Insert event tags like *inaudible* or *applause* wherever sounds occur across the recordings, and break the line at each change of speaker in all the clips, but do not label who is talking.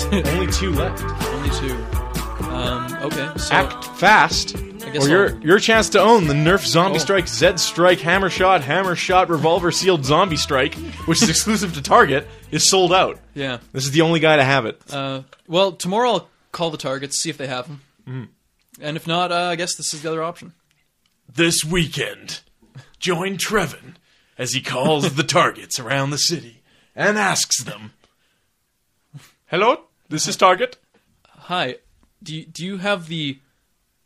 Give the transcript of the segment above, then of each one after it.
two left. Only two. Um, okay. So
Act fast,
guess
or your
I'll-
your chance to own the Nerf Zombie
Oh.
Strike, Zed Strike, Hammer Shot, Hammer Shot, Revolver Sealed Zombie Strike, which is *laughs* exclusive to Target, is sold out.
yeah.
This is the only guy to have it.
Uh, well, tomorrow I'll call the targets, see if they have them,
Mm-hmm.
and if not, uh, I guess this is the other option.
this weekend, join Trevin as he calls the targets around the city and asks them, "Hello, this is Target.
Hi. Do you, do you have the?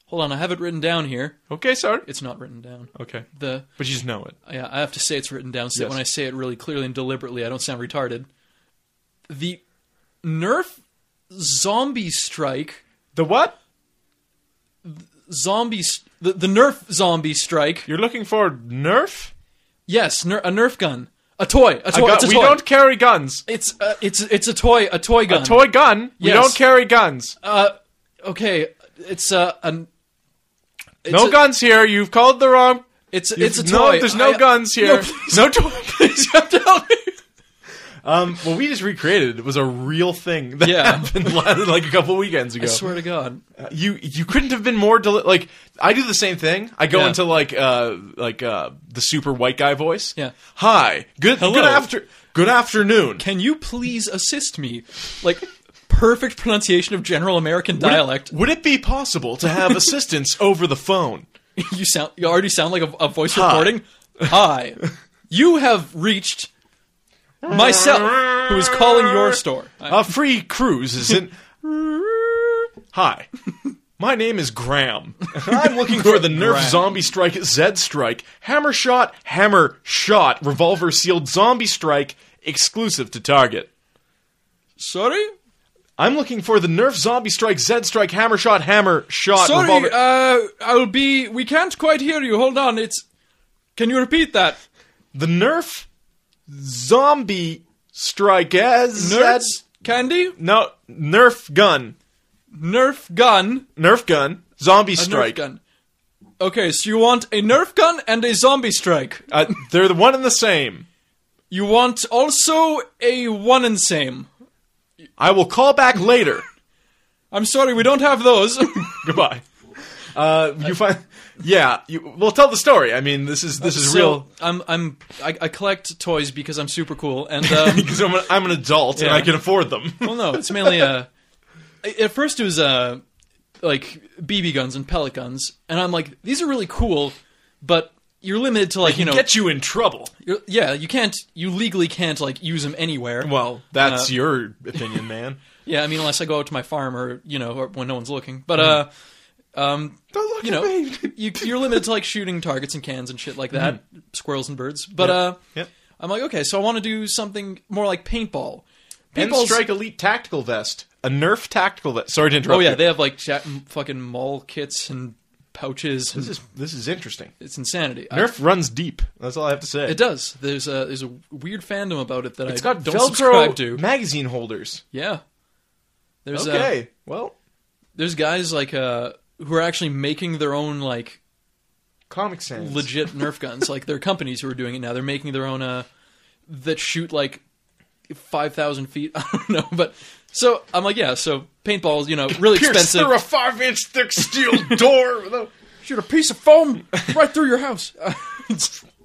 Hold on, I have it written down here.
Okay, sir.
It's not written down.
Okay,
The
but you just know it.
yeah, I have to say it's written down so that
Yes.
when I say it really clearly and deliberately, I don't sound retarded. The Nerf zombie strike,
The what?
zombie st- the, the Nerf zombie strike.
You're looking for Nerf?
Yes, ner- a Nerf gun, a toy, a
I
toy.
got-
it's a
we
toy.
don't carry guns.
It's uh, it's it's a toy, a toy gun.
A toy gun. We
Yes.
don't carry guns.
Uh, okay, it's a an. It's
no
a-
guns here. You've called the wrong.
It's a-
you've-
it's a
no.
toy.
There's no
I- uh,
guns
No,
here.
please, *laughs*
No, toy.
please, you have to help me.
um, *laughs* what we just recreated was a real thing that
Yeah.
happened *laughs* like a couple weekends ago.
I swear to God.
you you couldn't have been more deli- like I do the same thing. I go
Yeah.
into like uh like uh the super white guy voice.
Yeah.
Hi. Good
Hello.
good after good afternoon.
Can you please assist me? Like perfect pronunciation of general American dialect. *laughs*
Would it be possible to have assistance over the phone?
you sound you already sound like a, a voice
Hi.
recording. Hi. You have reached myself who is calling your store. I-
A free cruise is
*laughs*
in Hi. My name
*laughs*
is Graham. and I'm looking for the Nerf
Graham.
Zombie Strike Zed Strike Hammer Shot Hammer Shot Revolver Sealed Zombie Strike exclusive to Target.
sorry?
I'm looking for the Nerf Zombie Strike, Zed Strike, Hammer Shot, Hammer Shot,
Sorry,
Revolver.
uh I'll be we can't quite hear you. Hold on. It's Can you repeat that?
the Nerf Zombie Strike as
Nerds candy?
no Nerf gun,
Nerf gun?
Nerf gun, Zombie
A
Strike.
Nerf gun. Okay, so you want a Nerf gun and a zombie strike.
Uh, they're the one and the same.
You want also a one and same.
I will call back later.
*laughs* I'm sorry, we don't have those.
Goodbye. Uh, you find, yeah. You, well, tell the story. I mean, this is this is
So,
real. *laughs*
I'm I'm I, I collect toys because I'm super cool, and um,
Because I'm, an- I'm an adult and
Yeah.
I can afford *laughs* them.
well, no, it's mainly uh, at first it was uh, like BB guns and pellet guns, and I'm like, these are really cool, but you're limited to like you know,
Get you in trouble.
you're, yeah, you can't, you legally can't like use them anywhere.
Well, that's your opinion, man.
Yeah, I mean, unless I go out to my farm or you know, or when no one's looking. But
Mm-hmm.
uh, um,
*laughs* Don't look
you
at
know,
*laughs* me.
you, you're limited to like shooting targets and cans and shit like that, squirrels and birds. But uh,
Mm-hmm. Yep.
I'm like, okay, so I want to do something more like paintball.
And
Paintball's-
Strike Elite Tactical Vest. A Nerf Tactical Vest. Sorry to interrupt.
Oh yeah,
you.
they have like chat, m- fucking mall kits and pouches. And
this is this is interesting.
it's insanity. I-
Nerf runs deep. That's all I have to say.
it does. There's a there's a weird fandom about it that
has
I
got
don't
Velcro
subscribe to.
magazine holders.
yeah. There's uh,
Okay. well,
there's guys like uh who are actually making their own like
Comic Sans.
legit *laughs* Nerf guns. like there are companies who are doing it now. They're making their own uh that shoot like five thousand feet. *laughs* I don't know, but so I'm like, yeah. So paintballs, you know, really
Pierce
expensive.
through a five-inch thick *laughs* steel door with a-
Shoot a piece of foam right through your *laughs* house.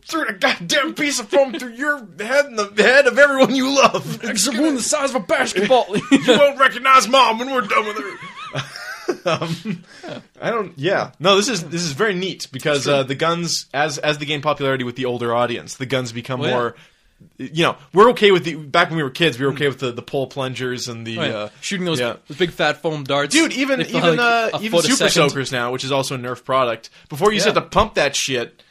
through a goddamn piece of foam through your head and the head of everyone you love.
it's a wound the size of a *laughs* basketball.
you won't recognize mom when we're done with her. Um, I don't. Yeah, no. This is this is very neat because uh, the guns, as as they gain popularity with the older audience, the guns become
Well, Oh, yeah.
more. You know, we're okay with the back when we were kids. We were okay with the, the pole plungers and the
Oh, yeah.
uh,
Shooting those,
yeah.
those big fat foam darts,
Dude, even
They fly,
even
like,
uh,
a
even
foot a
super
second.
soakers now, which is also a Nerf product. Before you used to
Yeah.
have to pump that shit,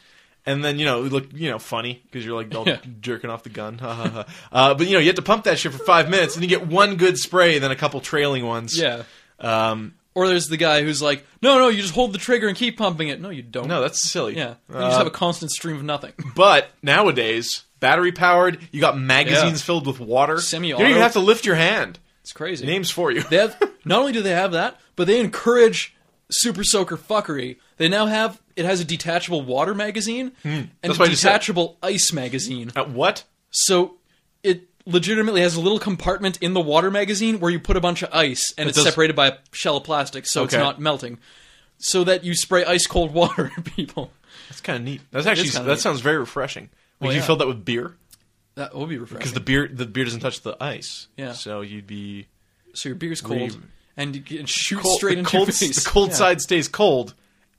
and then you know it looked you know funny because you're like all
Yeah.
jerking off the gun. Ha, ha, ha. uh, but you know you had to pump that shit for five minutes, and you get one good spray, then a couple trailing ones.
*laughs* Yeah.
Um,
Or there's the guy who's like, no, no, you just hold the trigger and keep pumping it. No, you don't.
no, that's silly.
Yeah. You
Uh,
just have a constant stream of nothing. *laughs*
But nowadays, battery powered, you got magazines
Yeah.
filled with water.
Semi-auto.
You don't even have to lift your hand.
It's crazy.
Names for you.
They have not only do they have that, but they encourage super soaker fuckery. They now have it has a detachable water magazine and
Hmm. That's
a
what I just said.
detachable ice magazine.
Uh, what?
So it legitimately has a little compartment in the water magazine where you put a bunch of ice and it's
does-
separated by a shell of plastic so it's
Okay.
not melting. So that you spray ice cold water at people.
That's kind of neat. That's actually that
kinda neat.
sounds very refreshing. Would
Well,
you
yeah.
fill that with beer?
That will be
Because
refreshing.
the beer the beer doesn't touch the ice.
Yeah.
So you'd be
so your beer's cold
Green.
and you can shoot
cold,
straight
the
into
cold,
your face.
The cold
Yeah.
side stays cold,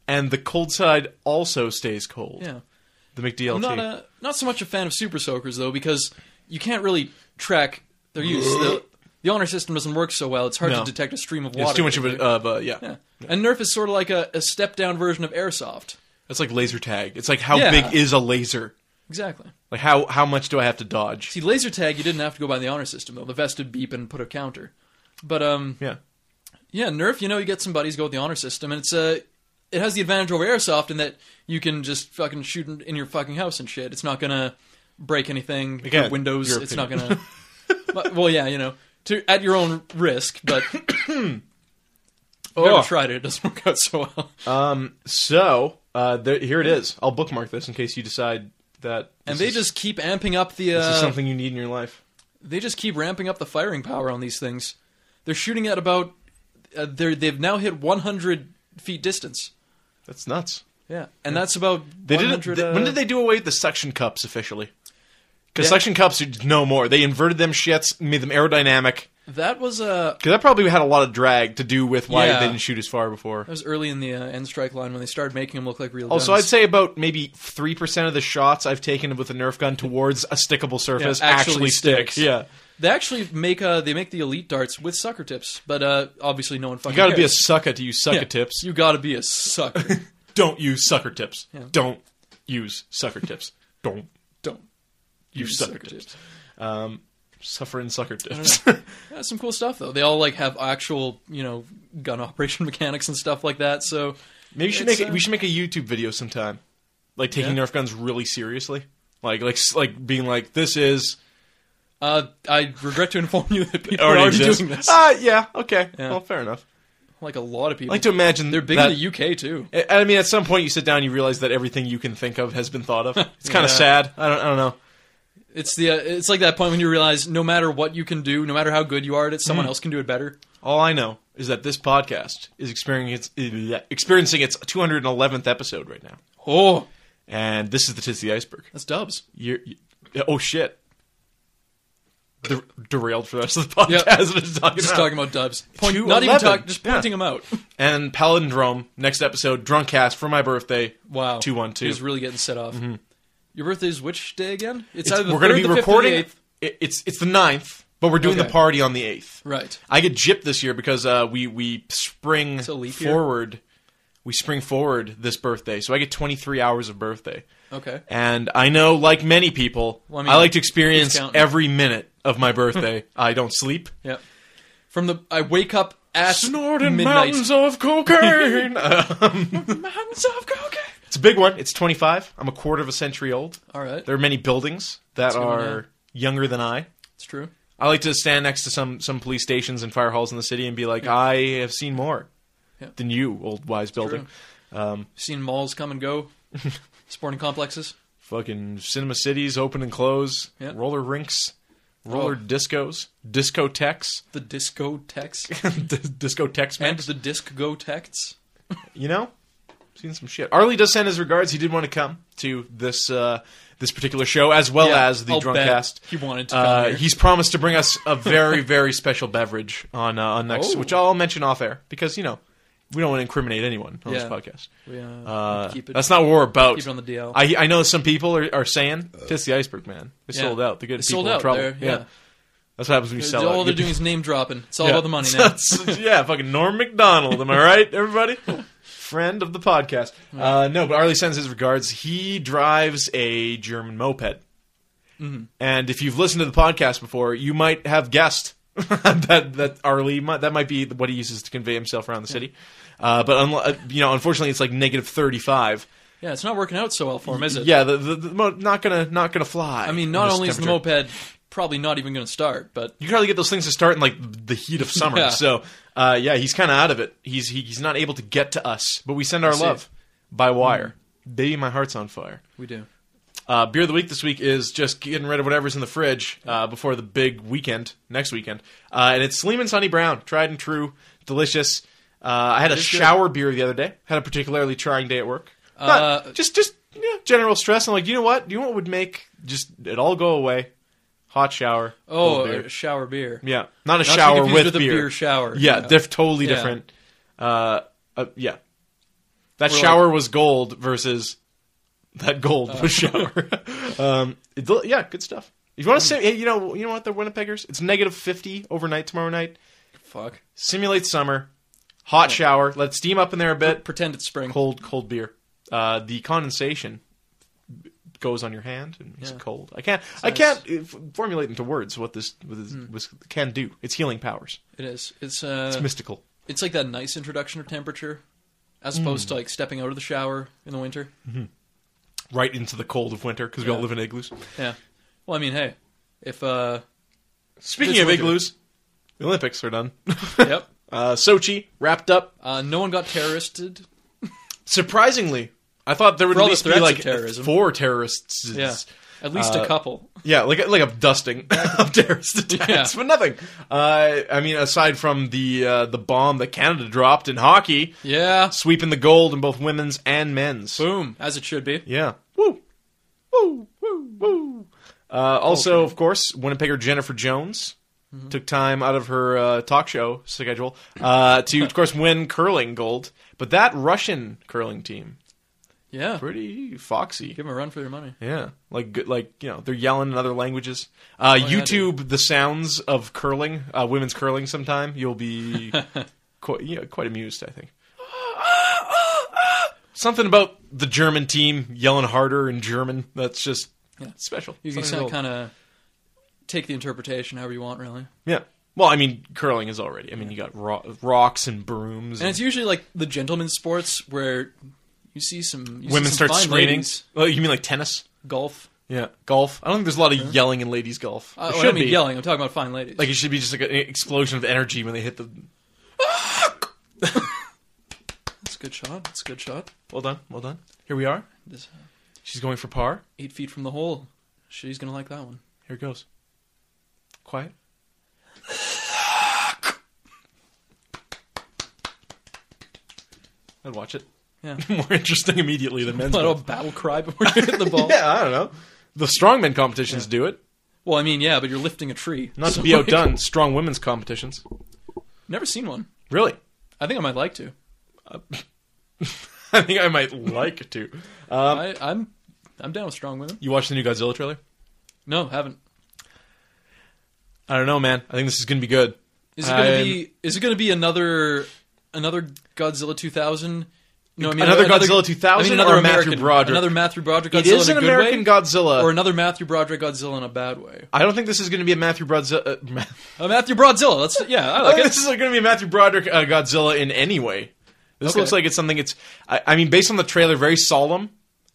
and the cold side also stays cold.
Yeah.
The McDLT.
I'm not a not so much a fan of super soakers though because you can't really track their use. the, the honor system doesn't work so well. It's hard
No.
to detect a stream of water.
it's too much of a uh, but yeah.
Yeah. And Nerf is sort of like a, a step down version of airsoft.
It's like laser tag. It's like how
Yeah.
big is a laser?
Exactly.
Like how how much do I have to dodge?
See, laser tag, you didn't have to go by the honor system though. The vest would beep and put a counter. But um,
yeah.
yeah, Nerf, you know, you get some buddies go with the honor system, and it's uh, it has the advantage over airsoft in that you can just fucking shoot in, in your fucking house and shit. It's not gonna break anything.
Again,
your windows.
your
It's not gonna.
*laughs*
But- well, yeah, you know, to at your own risk,
*coughs*
but. I've
Oh.
never tried it. It doesn't work out so well.
Um. So uh, there, here it is. I'll bookmark this in case you decide that.
and
this
they
is-
just keep amping up the. Uh,
this is something you need in your life.
they just keep ramping up the firing power on these things. They're shooting at about uh, they they've now hit 100 feet distance.
That's nuts.
Yeah, and that's about
They did.
100.
They,
uh,
when did they do away with the suction cups officially? Because
Yeah.
suction cups are no more. They inverted them shits, made them aerodynamic.
That was uh
Because that probably had a lot of drag to do with why
Yeah.
they didn't shoot as far before.
that was early in the uh, end strike line when they started making them look like real.
Also, Oh, I'd
guns.
say about maybe three percent of the shots I've taken with a Nerf gun towards a stickable surface
actually
actually, stick.
sticks.
Yeah,
they actually make uh they make the elite darts with sucker tips, but uh obviously no one fucking.
you got to be a
cares.
sucker to use sucker
Yeah,
tips.
You gotta be a
*laughs*
sucker.
don't use sucker tips.
Yeah.
Don't use sucker tips. Don't
Don't
use, sucker, tips. Um, suffer in sucker tips.
Yeah, some cool stuff though. They all like have actual you know gun operation *laughs* mechanics and stuff like that. So
Maybe we should
It's,
make a,
uh,
we should make a YouTube video sometime, like taking
Yeah.
Nerf guns really seriously, like like s- like being like this is
Uh, I regret to inform you that people
already,
are already
exists.
doing this.
Ah, yeah, okay,
Yeah.
well, fair enough.
Like a lot of people.
I like to imagine
They're big
that,
in the UK too.
I- I mean, at some point you sit down, and you realize that everything you can think of has been thought
*laughs*
of. It's kind
Yeah.
of sad. I don't, I don't know.
It's the uh, it's like that point when you realize no matter what you can do, no matter how good you are at it,
Mm.
someone else can do it better.
All I know is that this podcast is experiencing its, uh, experiencing its 211th episode right now,
Oh,
and this is the tip of the iceberg.
that's dubs.
You're, you, oh shit. Der- derailed for the rest of the podcast. *laughs* Just talking
Just
about-
talking about dubs. Point,
211.
not even talk, just
Yeah.
pointing them
*laughs*
out.
And Palindrome, next episode, Drunkcast for my birthday.
Wow,
212.
He's really getting set off. Your birthday's which day again? It's,
Mm-hmm. It's-
either the
we're gonna
third,
be
the fifth, or the
recording.
eighth.
it- it's it's the 9th, but we're doing
Okay.
the party on the eighth.
Right.
I get gypped this year because uh, we we spring
a leap year.
forward. We spring forward this birthday, so I get 23 hours of birthday.
Okay.
And I know, like many people,
Well, I
I,
mean,
like to experience
who's counting?
every minute of
*laughs*
my birthday. I don't sleep.
Yeah. From the I wake up at
Snorting
midnight.
mountains of cocaine. *laughs* Um,
Mountains of cocaine.
it's a big one. It's 25. I'm a quarter of a century old.
All right,
There are many buildings that
good one,
are younger than I.
it's true.
I like to stand next to some some police stations and fire halls in the city and be like, I have seen more
Yeah.
than you, old wise building. Um,
Seen malls come and
*laughs*
go, sporting complexes.
fucking cinema cities open and close,
Yeah.
roller rinks, roller
Oh.
discos, discotheques, *laughs*
The disco text
Dis- discotheques, man.
and the disc go texts.
you know, seen some shit. Arlie does send his regards. He did want to come to this uh, this particular show as well
Yeah,
as the
I'll bet
Drunkcast.
He wanted to come
Uh,
here.
he's promised to bring us
*laughs*
a very, very special beverage on uh, on next,
Oh.
which I'll mention off air because you know we don't want to incriminate anyone on this
Yeah.
podcast.
We, uh,
Uh,
keep it.
that's not what we're about.
keep it on the DL.
I I know some people are, are saying "Kiss the iceberg, man." They
Yeah.
sold out. The good
It's
people
sold
in
out
trouble.
there. Yeah.
that's what happens when you sell
all
out.
they're
Good
doing is name dropping. It's all
yeah.
about the
*laughs*
money now.
That's- yeah, fucking Norm McDonald. Am I
*laughs*
right, everybody? Friend of the podcast. Uh, no, but Arlie sends his regards. He drives a German moped.
Mm-hmm.
And if you've listened to the podcast before, you might have guessed *laughs* that that Arlie might, that might be what he uses to convey himself around the city. Uh, but unlo- uh, you know, unfortunately, it's like negative thirty-five.
Yeah, it's not working out so well for him, is it?
Yeah, the, the, the mo- not gonna not gonna fly.
I mean, not
in this
only is the
temperature.
moped probably not even going to start, but
you can hardly get those things to start in like the heat of summer.
Yeah.
So uh, yeah, he's kind of out of it. He's he, he's not able to get to us, but we send our
see. Hmm.
love by wire. Baby, my heart's on fire.
we do.
Uh, beer of the week this week is just getting rid of whatever's in the fridge uh, before the big weekend next weekend, uh, and it's Sleeman's Honey Brown, tried and true, delicious. Uh, I had a
is good.
shower beer the other day. Had a particularly trying day at work. Not-
Uh,
just just you know, general stress. I'm like, you know what? You know what would make just it all go away? Hot shower.
Oh,
cold beer.
a shower beer.
yeah, not a
Not to be
shower
confused
with,
with a beer shower, Oh,
Yeah,
yeah.
they're totally
Yeah.
different. Uh, uh, yeah, that
We're
shower was gold versus that gold
Oh. *laughs*
was *laughs* shower. um, it, del- yeah, good stuff. If you want
Hmm.
to, sim- hey, you know, you know what? They're Winnipeggers. It's negative fifty overnight tomorrow night.
Fuck.
Simulate summer, hot shower. Let it steam up in there a bit.
Pretend it's spring.
Cold, cold beer. Uh, the condensation b- goes on your hand and makes
Yeah.
it cold. I can't, I
nice.
can't uh, f- formulate into words what this, what this,
Hmm.
this can do. It's healing powers.
It is. It's uh,
It's
it's,
mystical.
like that nice introduction of temperature, as opposed
Mm.
to like stepping out of the shower in the
*laughs*
winter.
Right into the cold of winter because we all
Yeah.
live in igloos.
Yeah. Well, I mean, hey, if
*laughs*
uh,
Speaking
It's
of
winter.
igloos, the Olympics are done. *laughs*
yep,
uh, Sochi wrapped up.
uh, no one got terroristed.
Surprisingly, I thought there would
For all
at
the
least be
threats of
like
terrorism.
four terrorists.
Yeah, at least
Uh,
a couple.
Yeah, like like a dusting *laughs* of terrorist attacks,
Yeah.
but nothing. Uh, I mean, aside from the uh, the bomb that Canada dropped in hockey,
Yeah.
sweeping the gold in both women's and men's.
Boom, as it should be.
Yeah. Woo, woo, woo, woo. Uh, also, of course, Winnipegger Jennifer Jones took time out of her uh, talk show schedule uh, to, of course, win curling gold. But that Russian curling team,
Yeah.
pretty foxy.
Give them a run for their money.
Yeah, like good, like you know, they're yelling in other languages. Uh,
Oh, yeah,
YouTube the sounds of curling, uh, women's curling. Sometime
*laughs*
you'll be quite, yeah, quite amused. I think something about the German team yelling harder in German. That's just
Yeah.
special.
You can
Something
kind of take the interpretation however you want, really.
little- yeah. Well, I mean, curling is already. I mean, you got ro- rocks and brooms.
And it's usually like the gentleman's sports where you see some you see
women
some
start
fine
screaming.
ladies.
Oh, you mean like tennis?
golf.
Yeah, golf. I don't think there's a lot of yelling in ladies' golf.
Uh,
There
well, I
should
mean
be.
yelling. I'm talking about fine ladies.
Like it should be just like an explosion of energy when they hit the
that's a good shot. That's a good shot.
Well done, well done. Here we are.
Just
She's going for par.
eight feet from the hole. She's gonna like that one.
Here it goes. Quiet. I'd watch it.
Yeah.
*laughs* More interesting immediately than men's.
Let a
golf.
battle cry before you hit the ball.
*laughs* Yeah, I don't know. The strongmen competitions do it.
Well, I mean, yeah, but you're lifting a tree.
Not
So,
to be
like,
outdone, *laughs* strong women's competitions.
*laughs* Never seen one.
Really? *laughs*
I think I might like to.
I think I might like to. Um,
I, I'm I'm down with strong women.
you watched the new Godzilla trailer?
No, haven't.
I don't know, man. I think this is going to be good.
Is it gonna
I'm-
be? Is it gonna be another another Godzilla 2000? No, I mean
Another Godzilla 2000
I mean another
or Matthew
American,
Broderick?
Another Matthew Broderick Godzilla
it is
in
an
a good
American
way,
Godzilla.
or another Matthew Broderick Godzilla in a bad way.
I don't think this is going to be a Matthew Broderick. Uh, *laughs*
Uh, Matthew Broderick. That's yeah, I
I
like
think *laughs*
it.
this is going to be a Matthew Broderick uh, Godzilla in any way. This
Okay.
looks like it's something. It's I, I mean, based on the trailer, very solemn.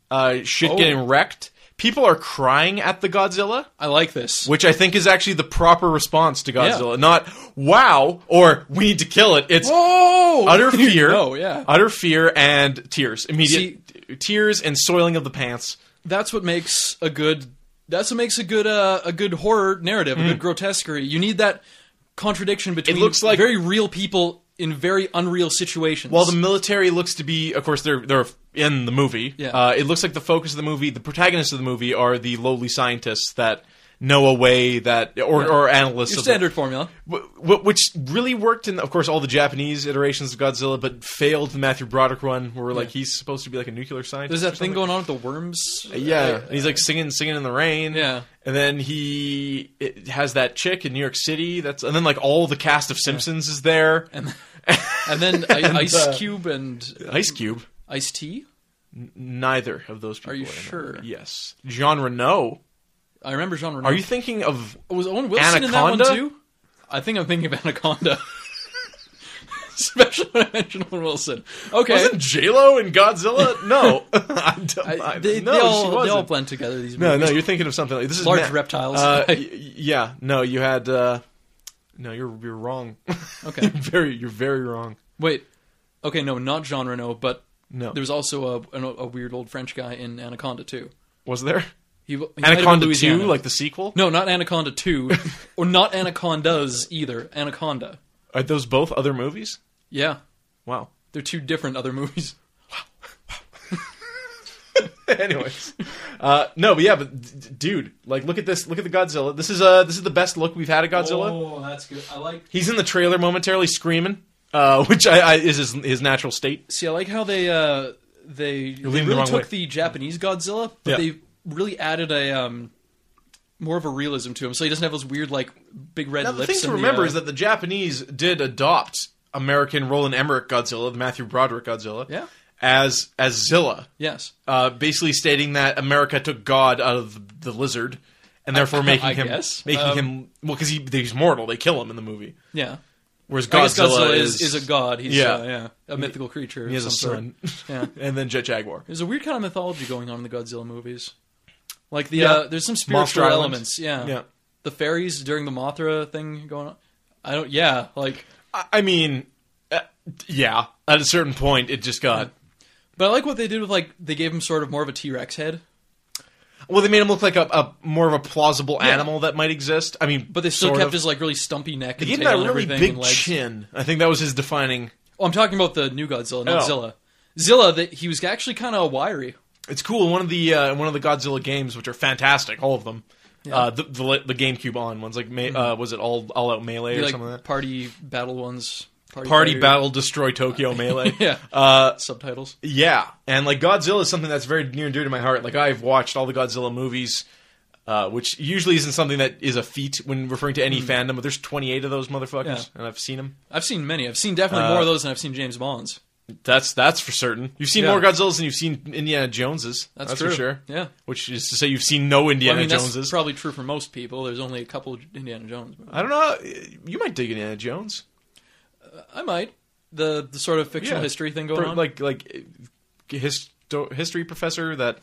Uh, shit
Oh.
getting wrecked. People are crying at the Godzilla,
I like this.
which I think is actually the proper response to Godzilla. Not wow or we need to kill it. It's
Oh, *laughs*
utter fear.
no, yeah,
utter fear and tears. Immediate tears and soiling of the pants.
that's what makes a good. That's what makes a good uh, a good horror narrative, a good grotesquerie. You need that contradiction between
Hmm. looks like-
very real people in very unreal situations.
Well, the military looks to be, of course, they're they're in the movie.
Yeah.
Uh, it looks like the focus of the movie, the protagonists of the movie, are the lowly scientists that know a way that, or, or analysts.
your
of the-
standard formula.
Wh- wh- which really worked in, of course, all the Japanese iterations of Godzilla, but failed the Matthew Broderick one, where like
Yeah.
he's supposed to be like a nuclear
There's
scientist. or
that thing
something.
going on with the worms.
Yeah, and he's like singing, singing in the rain.
Yeah.
and then he it has that chick in New York City. That's and then like all the cast of Simpsons is there. And
And then
*laughs*
I Ice
uh,
Cube and
Ice Cube.
Ice T.
Neither of those people.
you
I know.
sure?
Yes. Jean Renault.
I remember Jean Reno.
Are you thinking of?
was Owen Wilson
Anaconda?
in that one too? I think I'm thinking of Anaconda. *laughs* Especially when I mention Owen Wilson. Okay.
Wasn't J Lo
*laughs*
in Godzilla? No, *laughs* I don't.
I-
I,
they,
no,
they
she
all, they all
wasn't.
blend together, these
no, no,
movies.
you're thinking of something like this is
Large
Matt-
reptiles. *laughs*
Uh, y- yeah, no, you had. Uh, no, you're you're wrong. *laughs*
Okay.
you're very you're very wrong.
Wait. Okay, no, not Jean Reno, but
No,
there was also a, an, a weird old French guy in Anaconda too.
was there?
He, he might have been
Anaconda Two,
Louisiana.
like the sequel.
no, not Anaconda Two,
*laughs*
or not Anacondas either. Anaconda.
Are those both other movies?
Yeah, *laughs*
Wow. *laughs*
they're two different other movies.
Anyways, uh, no, but yeah, but d- d- dude, like, look at this. Look at the Godzilla. This is uh, this is the best look we've had at Godzilla.
Oh, that's good. I like.
He's in the trailer momentarily screaming,
*laughs*
uh, which I, I is his, his natural state.
See, I like how they uh, they, they
leaning the
really
wrong
took
way.
the Japanese Godzilla, but
Yeah.
they really added a um, more of a realism to him, so he doesn't have those weird like big red
Now, the
lips.
thing to
and
remember
uh,
is that the Japanese did adopt American Roland Emmerich Godzilla, the Matthew Broderick Godzilla,
Yeah.
as as Zilla,
yes,
uh, basically stating that America took God out of the lizard, and therefore
*laughs*
making
I
him
guess.
making
Um,
him well because he, he's mortal. They kill him in the movie,
yeah.
whereas
I guess
Godzilla,
Godzilla
is,
is, is a god. He's
Yeah.
yeah, uh, yeah a mythical creature.
He
of
has a
some sort.
son,
Yeah.
*laughs* and then Jet Jaguar.
There's a weird kind of mythology going on in the Godzilla movies. Like the
Yeah.
uh, there's some spiritual
Monster Island.
elements, yeah.
Yeah.
The fairies during the Mothra thing going on. I don't. Yeah, like.
I, I mean, uh, yeah. At a certain point, it just got.
But I like what they did with like they gave him sort of more of a T Rex head,
Well, they made him look like a, a more of a plausible animal that might exist. I mean,
but they still
sort
kept
of.
his like really stumpy neck
He
and
had
tail
that
and
really
everything
big
and legs.
chin. I think that was his defining.
Oh, I'm talking about the new Godzilla, not
Oh.
Zilla. Zilla, that he was actually kind of wiry.
It's cool. One of the uh, one of the Godzilla games, which are fantastic, all of them. Uh, the, the the GameCube on ones like me- uh, was it all all out
Mm-hmm.
melee
He,
or
like
something like that?
party battle ones.
Party
Fighter
battle destroy Tokyo melee.
*laughs* Yeah.
Uh,
subtitles.
yeah, and like Godzilla is something that's very near and dear to my heart. Like I've watched all the Godzilla movies, uh, which usually isn't something that is a feat when referring to any fandom. But there's 28 of those
Mm.
motherfuckers,
Yeah.
and I've seen them.
I've seen many. I've seen definitely more
Uh,
of those than I've seen James Bond's.
That's that's for certain. You've seen
Yeah.
more Godzillas than you've seen Indiana Joneses.
That's,
that's
true.
for sure.
Yeah.
Which is to say, you've seen no Indiana
Well, I mean, that's
Joneses.
probably true for most people. There's only a couple Indiana Jones. movies.
I don't know. You might dig Indiana Jones,
I might the the sort of fictional
Yeah.
history thing going
Pro-
on.
like like uh, histo- history professor that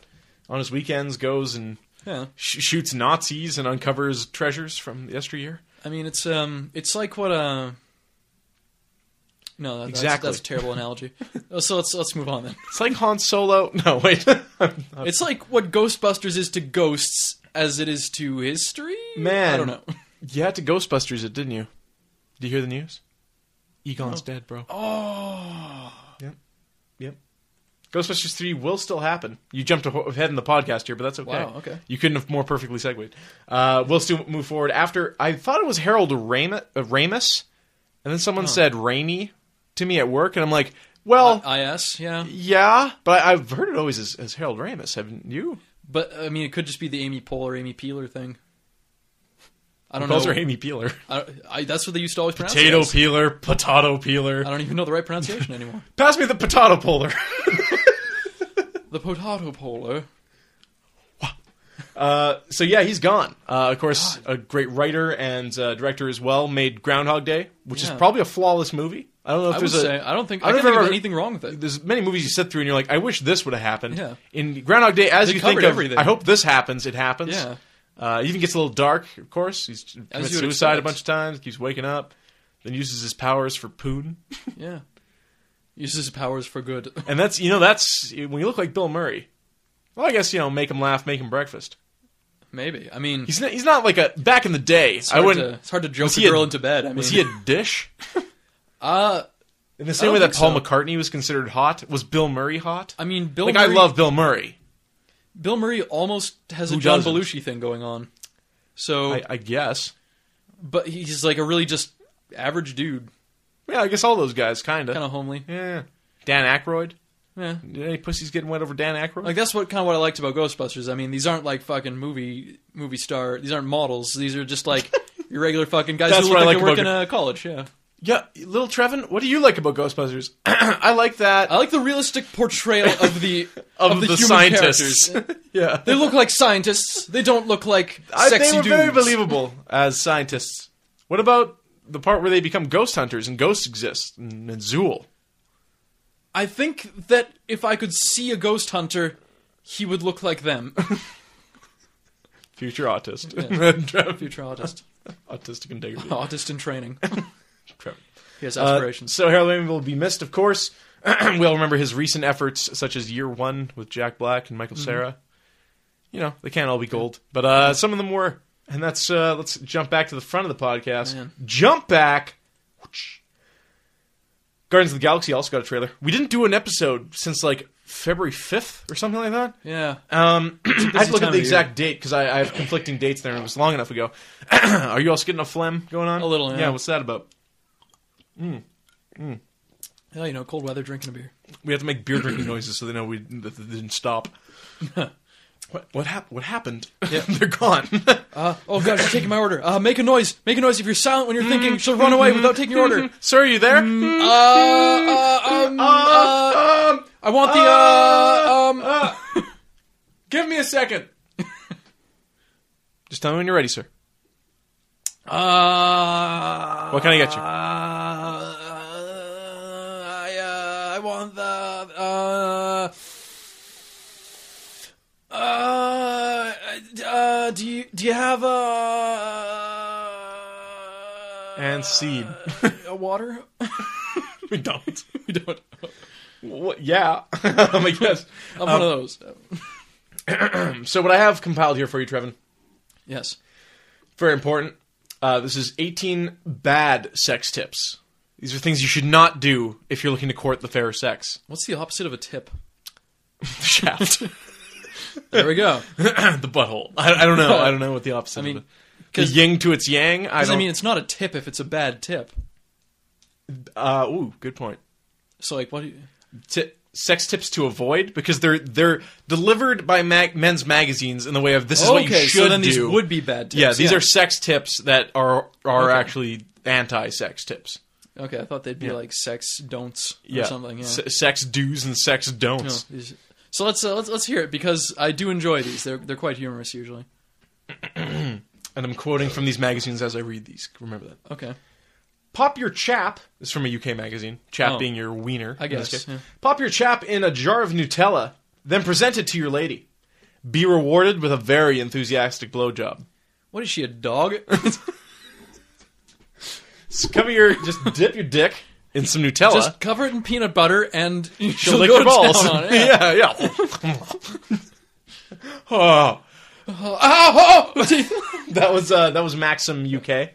on his weekends goes and
yeah,
sh- shoots Nazis and uncovers treasures from yesteryear.
I mean it's um it's like what uh no that,
Exactly.
that's, that's a terrible
*laughs*
analogy. Uh, so let's let's move on then.
It's like Han Solo. *laughs* No, wait.
It's like what Ghostbusters is to ghosts as it is to history.
Man.
I don't
*laughs*
know.
you had to Ghostbusters it, didn't you? Did you hear the news? Egon's dead, bro.
*laughs* Oh,
Ghostbusters 3 will still happen. You jumped aho- ahead in the podcast here, but that's okay.
Wow, okay.
You couldn't have more perfectly segued. Uh, we'll still move forward after. I thought it was Harold Ramis, uh, Ramis and then someone said Rainey to me at work, and I'm like,
Uh,
well,
is yeah,
yeah, but I, I've heard it always as, as Harold Ramis, haven't you?
but I mean it could just be the Amy Poehler Amy Peeler thing. I don't
Those
know.
are Amy Peeler.
I, I, that's what they used to always pronounce. it
Potato
as.
peeler, potato peeler.
I don't even know the right pronunciation
*laughs*
anymore.
Pass me the potato puller.
The potato polo.
Uh, so yeah, he's gone. Uh, of course, a great writer and uh, director as well. Made Groundhog Day, which
Yeah.
is probably a flawless movie. I don't know if
I would
there's a
say I don't think I,
I don't
can think
remember-
of anything wrong with it.
there's many movies you sit through and you're like, I wish this would have happened.
Yeah.
In Groundhog Day, as
They
you think
covered
of,
everything.
I hope this happens. It happens.
Yeah.
Uh, it even gets a little dark. Of course, he's commits
you would
suicide a
expect.
bunch of times. Keeps waking up. Then uses his powers for poon.
Yeah. Uses his powers for good. *laughs*
And that's you know that's when you look like Bill Murray. Well, I guess you know make him laugh, make him breakfast.
Maybe. I mean,
He's not, he's not like a back in the day.
it's
I
hard,
wouldn't.
to, it's hard to joke
Was
a
he a-
girl into bed. I mean,
Was he a dish?
*laughs* uh,
In the
I
same
don't
way that
think
Paul
so.
McCartney was considered hot, was Bill Murray hot?
I mean, Bill
like
Murray,
I love Bill Murray.
Bill Murray almost has a
Who
John
doesn't?
Belushi thing going on. So,
I, I guess.
but he's like a really just average dude,
Yeah, I guess all those guys kind
kind
of.
of homely.
Yeah. Dan Aykroyd.
Yeah.
Any pussies getting wet over Dan Aykroyd?
Like that's what kind of what I liked about Ghostbusters. I mean, these aren't like fucking movie movie star. These aren't models. These are just
*laughs*
like your regular fucking guys
That's
who
what
look
I
like,
like
they work in
about
a college. Yeah.
yeah, little Trevin. What do you like about Ghostbusters? *clears throat* I like that
I like the realistic portrayal of the
*laughs* of,
Uh, of, the, human
scientists.
characters.
*laughs* yeah,
They look like scientists. They don't look like
I,
sexy
they were
dudes.
very believable as scientists. What about the part where they become ghost hunters and ghosts exist and, and Zool?
I think that if I could see a ghost hunter, he would look like
*laughs*
them.
Future autist, *laughs*
Yeah.
Trevin.
Future autist,
autistic integrity.
autist in training.
Trevin.
He has
Uh,
aspirations.
so Harold Ramis will be missed, of course. *clears throat*
Mm-hmm.
we all remember his recent efforts, such as Year One with Jack Black and Michael Cera. you know, they can't all be gold, but uh, some of them were. And that's uh, let's jump back to the front of the podcast.
Man.
Jump back. Whoosh. Guardians of the Galaxy also got a trailer. We didn't do an episode since like February fifth or something like that.
Yeah.
Um, I had to look
time
at
of
the
the
exact date because I, I have conflicting dates there, and it was long enough ago. *clears throat* Are you also getting a phlegm going on?
A little, yeah.
what's that about?
Well, you know, cold weather, drinking a beer.
We have to make beer
*clears throat*
drinking noises so they know we that they
*laughs*
didn't stop. what what, hap- what happened?
Yeah.
*laughs* They're gone.
Uh, oh God, she's taking my order. Uh, make a noise. Make a noise. If you're silent when you're thinking, she'll run away without taking your order.
Sir, are you there?
Uh, uh, um, uh,
Uh, um,
I want the uh,
*laughs*
um.
give me
*laughs*
a second. Just tell me when you're ready, sir.
Uh,
What can I get you?
Uh, I, uh, I want the. Uh, uh, uh, do you do you have uh, a
And seed.
a water?
*laughs* we don't.
*laughs* we don't.
What, yeah. *laughs* um, I guess.
I'm one of those.
Um, So what I have compiled here for you, Trevin,
Yes.
very important. Uh, this is 18 bad sex tips. These are things you should not do if you're looking to court the fairer sex. *laughs*
What's the opposite of a tip? *laughs*
Shaft.
There we go.
the butthole. I, I don't know. I don't know what the opposite.
I mean,
of it. the
because
yin to its yang. I,
I
don't-
mean, it's not a tip if it's a bad tip.
uh, ooh, good point.
So like, what? Do you,
Ti sex tips to avoid because they're they're delivered by mag- men's magazines in the way of this is what you
Oh, okay,
should
so then
do.
these would be bad tips.
yeah, these are sex tips that are are actually anti-sex tips.
Okay, I thought they'd be
Yeah.
like sex don'ts or
Yeah,
something. Yeah.
Se- sex do's and sex
No,
don'ts.
these- So let's uh, let's let's hear it because I do enjoy these. They're they're quite humorous usually.
And I'm quoting from these magazines as I read these. Remember that.
Okay.
Pop your chap this is from a UK magazine. Chap
Oh.
being your wiener.
I
in this
guess,
case.
yeah.
Pop your chap in a jar of Nutella, then present it to your lady. Be rewarded with a very enthusiastic blowjob.
What is she a *laughs* dog?
Just cover your,
*laughs*
just dip your dick in some Nutella.
Just cover it in peanut butter and *laughs* she'll,
She'll lick
go
your
to town
balls. *laughs*
*laughs* on it. Yeah.
yeah, yeah. *laughs* oh,
Ow! Oh!
that was uh, that was Maxim UK.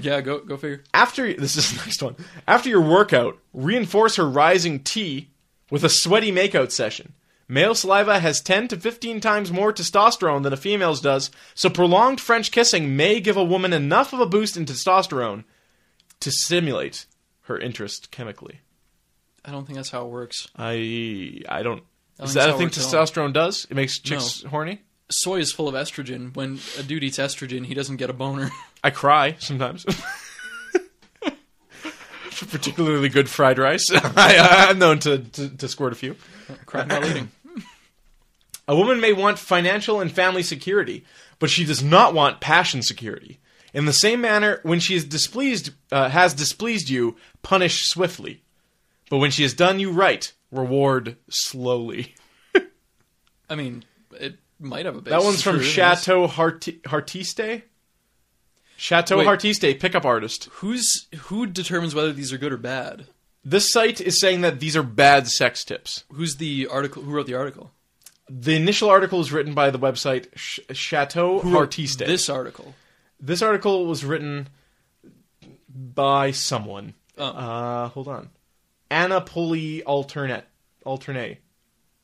*laughs* yeah, go go figure.
After this is the next one. After your workout, reinforce her rising T with a sweaty makeout session. Male saliva has 10 to 15 times more testosterone than a female's does, so prolonged French kissing may give a woman enough of a boost in testosterone to stimulate her interest chemically.
I don't think that's how it works.
I I don't.
I think
Is that a
it's
thing
how we're
testosterone does? It makes chicks horny.
Soy is full of estrogen. When a dude eats estrogen, he doesn't get a boner. *laughs*
I cry sometimes. *laughs* Particularly good fried rice. *laughs* I, I'm known to, to, to squirt a few.
Crap while eating.
A woman may want financial and family security, but she does not want passion security. In the same manner, when she is displeased, uh, has displeased you, punish swiftly. But when she has done you right, reward slowly.
I mean, it might have a base.
That one's from
True, yes.
Chateau Harti- Hartiste. Chateau
Wait.
Hartiste, pickup artist.
Who's who determines whether these are good or bad?
This site is saying that these are bad sex tips.
Who's the article? Who wrote the article?
The initial article was written by the website Ch- Chateau Hartiste.
This article.
This article was written by someone.
Oh.
Uh, hold on. Anna Pulley Alternate. Alternate.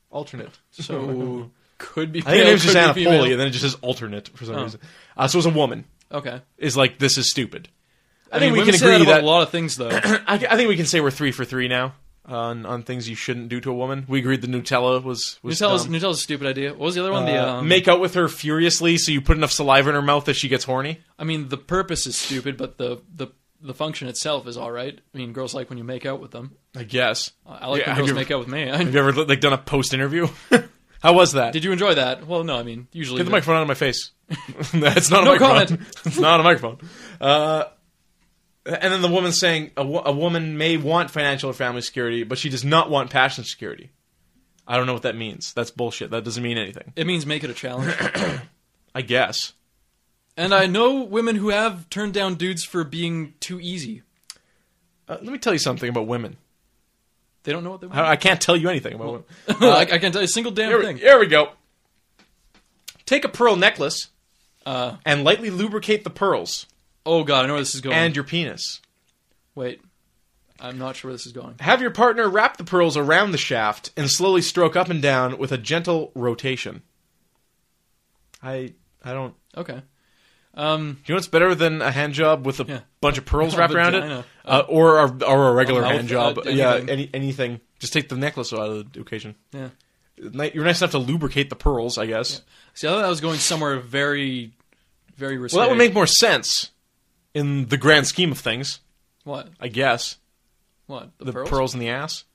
Alternate.
So
*laughs*
could be.
I think her
male,
name's just
could be
Anna
female. Oh.
Pulley, and then it just says alternate for some reason. Uh, so it was a woman.
Okay.
Is like, this is stupid. *clears throat* I,
I,
think
mean,
we
women
can
say that
agree
about
that.
a lot of things, though.
I, I think we can say we're three for three now on, on things you shouldn't do to a woman. We agreed the Nutella was. *coughs* was
Nutella's,
dumb.
Nutella's a stupid idea. What was the other one? the
Uh,
um,
make out with her furiously so you put enough saliva in her mouth that she gets horny.
I mean, the purpose is stupid, but the the the function itself is all right. I mean, girls like when you make out with them.
I guess.
Uh, I like
Yeah,
when
have
girls
you ever-
make out with me. *laughs*
Have
I,
you ever like done a post interview? *laughs* How was that?
did you enjoy that? Well, no. I mean, usually
Get the
the-
microphone out of my face. *laughs* That's not a
No
microphone.
comment.
*laughs* it's not a microphone. Uh, and then the woman saying a, wo- a woman may want financial or family security, but she does not want passion security. I don't know what that means. That's bullshit. That doesn't mean anything.
it means make it a challenge.
I guess.
and I know women who have turned down dudes for being too easy.
Uh, let me tell you something about women.
They don't know what they want. *laughs*
*laughs* I, I can't tell you anything about women.
I, I can't tell you a single damn
Here we,
thing.
here we go. Take a pearl necklace
Uh,
and lightly lubricate the pearls
oh god, I know where this is going.
and your penis.
wait, I'm not sure where this is going.
Have your partner wrap the pearls around the shaft and slowly stroke up and down with a gentle rotation. I I don't.
Okay. Um,
You know what's better than a hand job with a
Yeah.
bunch
*laughs*
of pearls wrapped around it,
Vagina.
uh, or a, or a regular
A mouth,
hand job?
uh,
yeah,
anything.
any, anything. Just take the necklace out of the occasion.
yeah.
Ni- You're nice enough to lubricate the pearls, I guess.
See, I thought I was going somewhere very, very risque.
Well, that would make more sense in the grand scheme of things,
what?
I guess.
What? The,
The
pearls?
pearls, in the ass.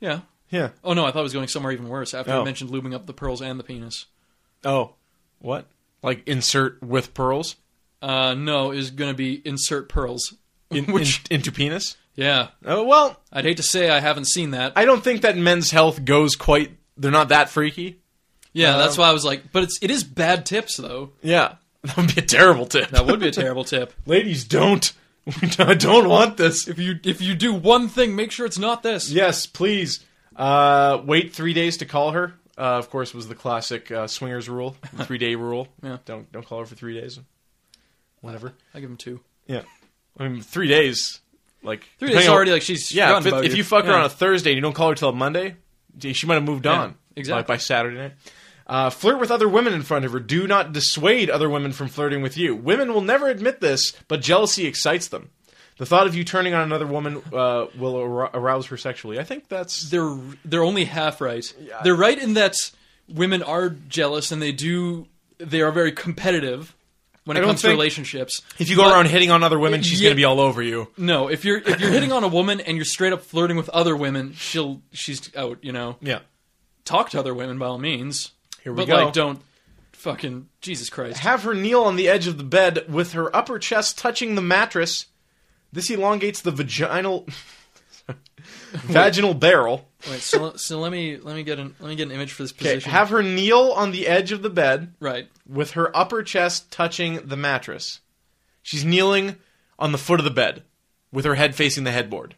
Yeah.
Yeah.
Oh no, I thought I was going somewhere even worse. After
Oh.
I mentioned lubing up the pearls and the penis.
Oh, what? Like insert with pearls
Uh, no, is going to be insert pearls. *laughs*
in,
Which-
in- into penis?
Yeah,
Oh well,
I'd hate to say I haven't seen that.
I don't think that men's health goes quite. They're not that freaky.
yeah, that's
Uh,
why I was like, but it's it is bad tips though.
Yeah, *laughs* that would be a terrible tip.
That would be a
*laughs*
terrible tip.
Ladies, don't. *laughs* We don't don't want this.
If you if you do one thing, make sure it's not this.
Yes, please. Uh, wait three days to call her. Uh, of course, was the classic uh, swingers rule, *laughs* three day rule.
Yeah.
Don't don't call her for three days. Whatever.
I give him two.
Yeah. I mean, three days. Like
Three
depending
days
on-
already. Like she's
Yeah.
forgotten
If, it-
about
if you fuck her
Yeah.
on a Thursday and you don't call her till Monday, gee, she might have moved
Yeah,
on.
exactly.
By, by Saturday night. Uh, flirt with other women in front of her. Do not dissuade other women from flirting with you. Women will never admit this, but jealousy excites them. The thought of you turning on another woman uh, will ar- arouse her sexually. I think that's
they're they're only half right.
Yeah.
They're right in that women are jealous and they do they are very competitive when it
I don't
comes to
think-
relationships.
If you go
But-
around hitting on other women, she's
Yeah.
gonna be all over you.
no, if you're if you're hitting on a woman and you're straight up flirting with other women, she'll she's out. You know,
Yeah.
talk to other women by all means.
Here we
but
go.
like, don't fucking Jesus Christ.
Have her kneel on the edge of the bed with her upper chest touching the mattress. This elongates the vaginal *laughs* vaginal barrel.
Wait, so, so let me let me get an let me get an image for this
Okay,
position.
have her kneel on the edge of the bed
right.
with her upper chest touching the mattress. She's kneeling on the foot of the bed with her head facing the headboard.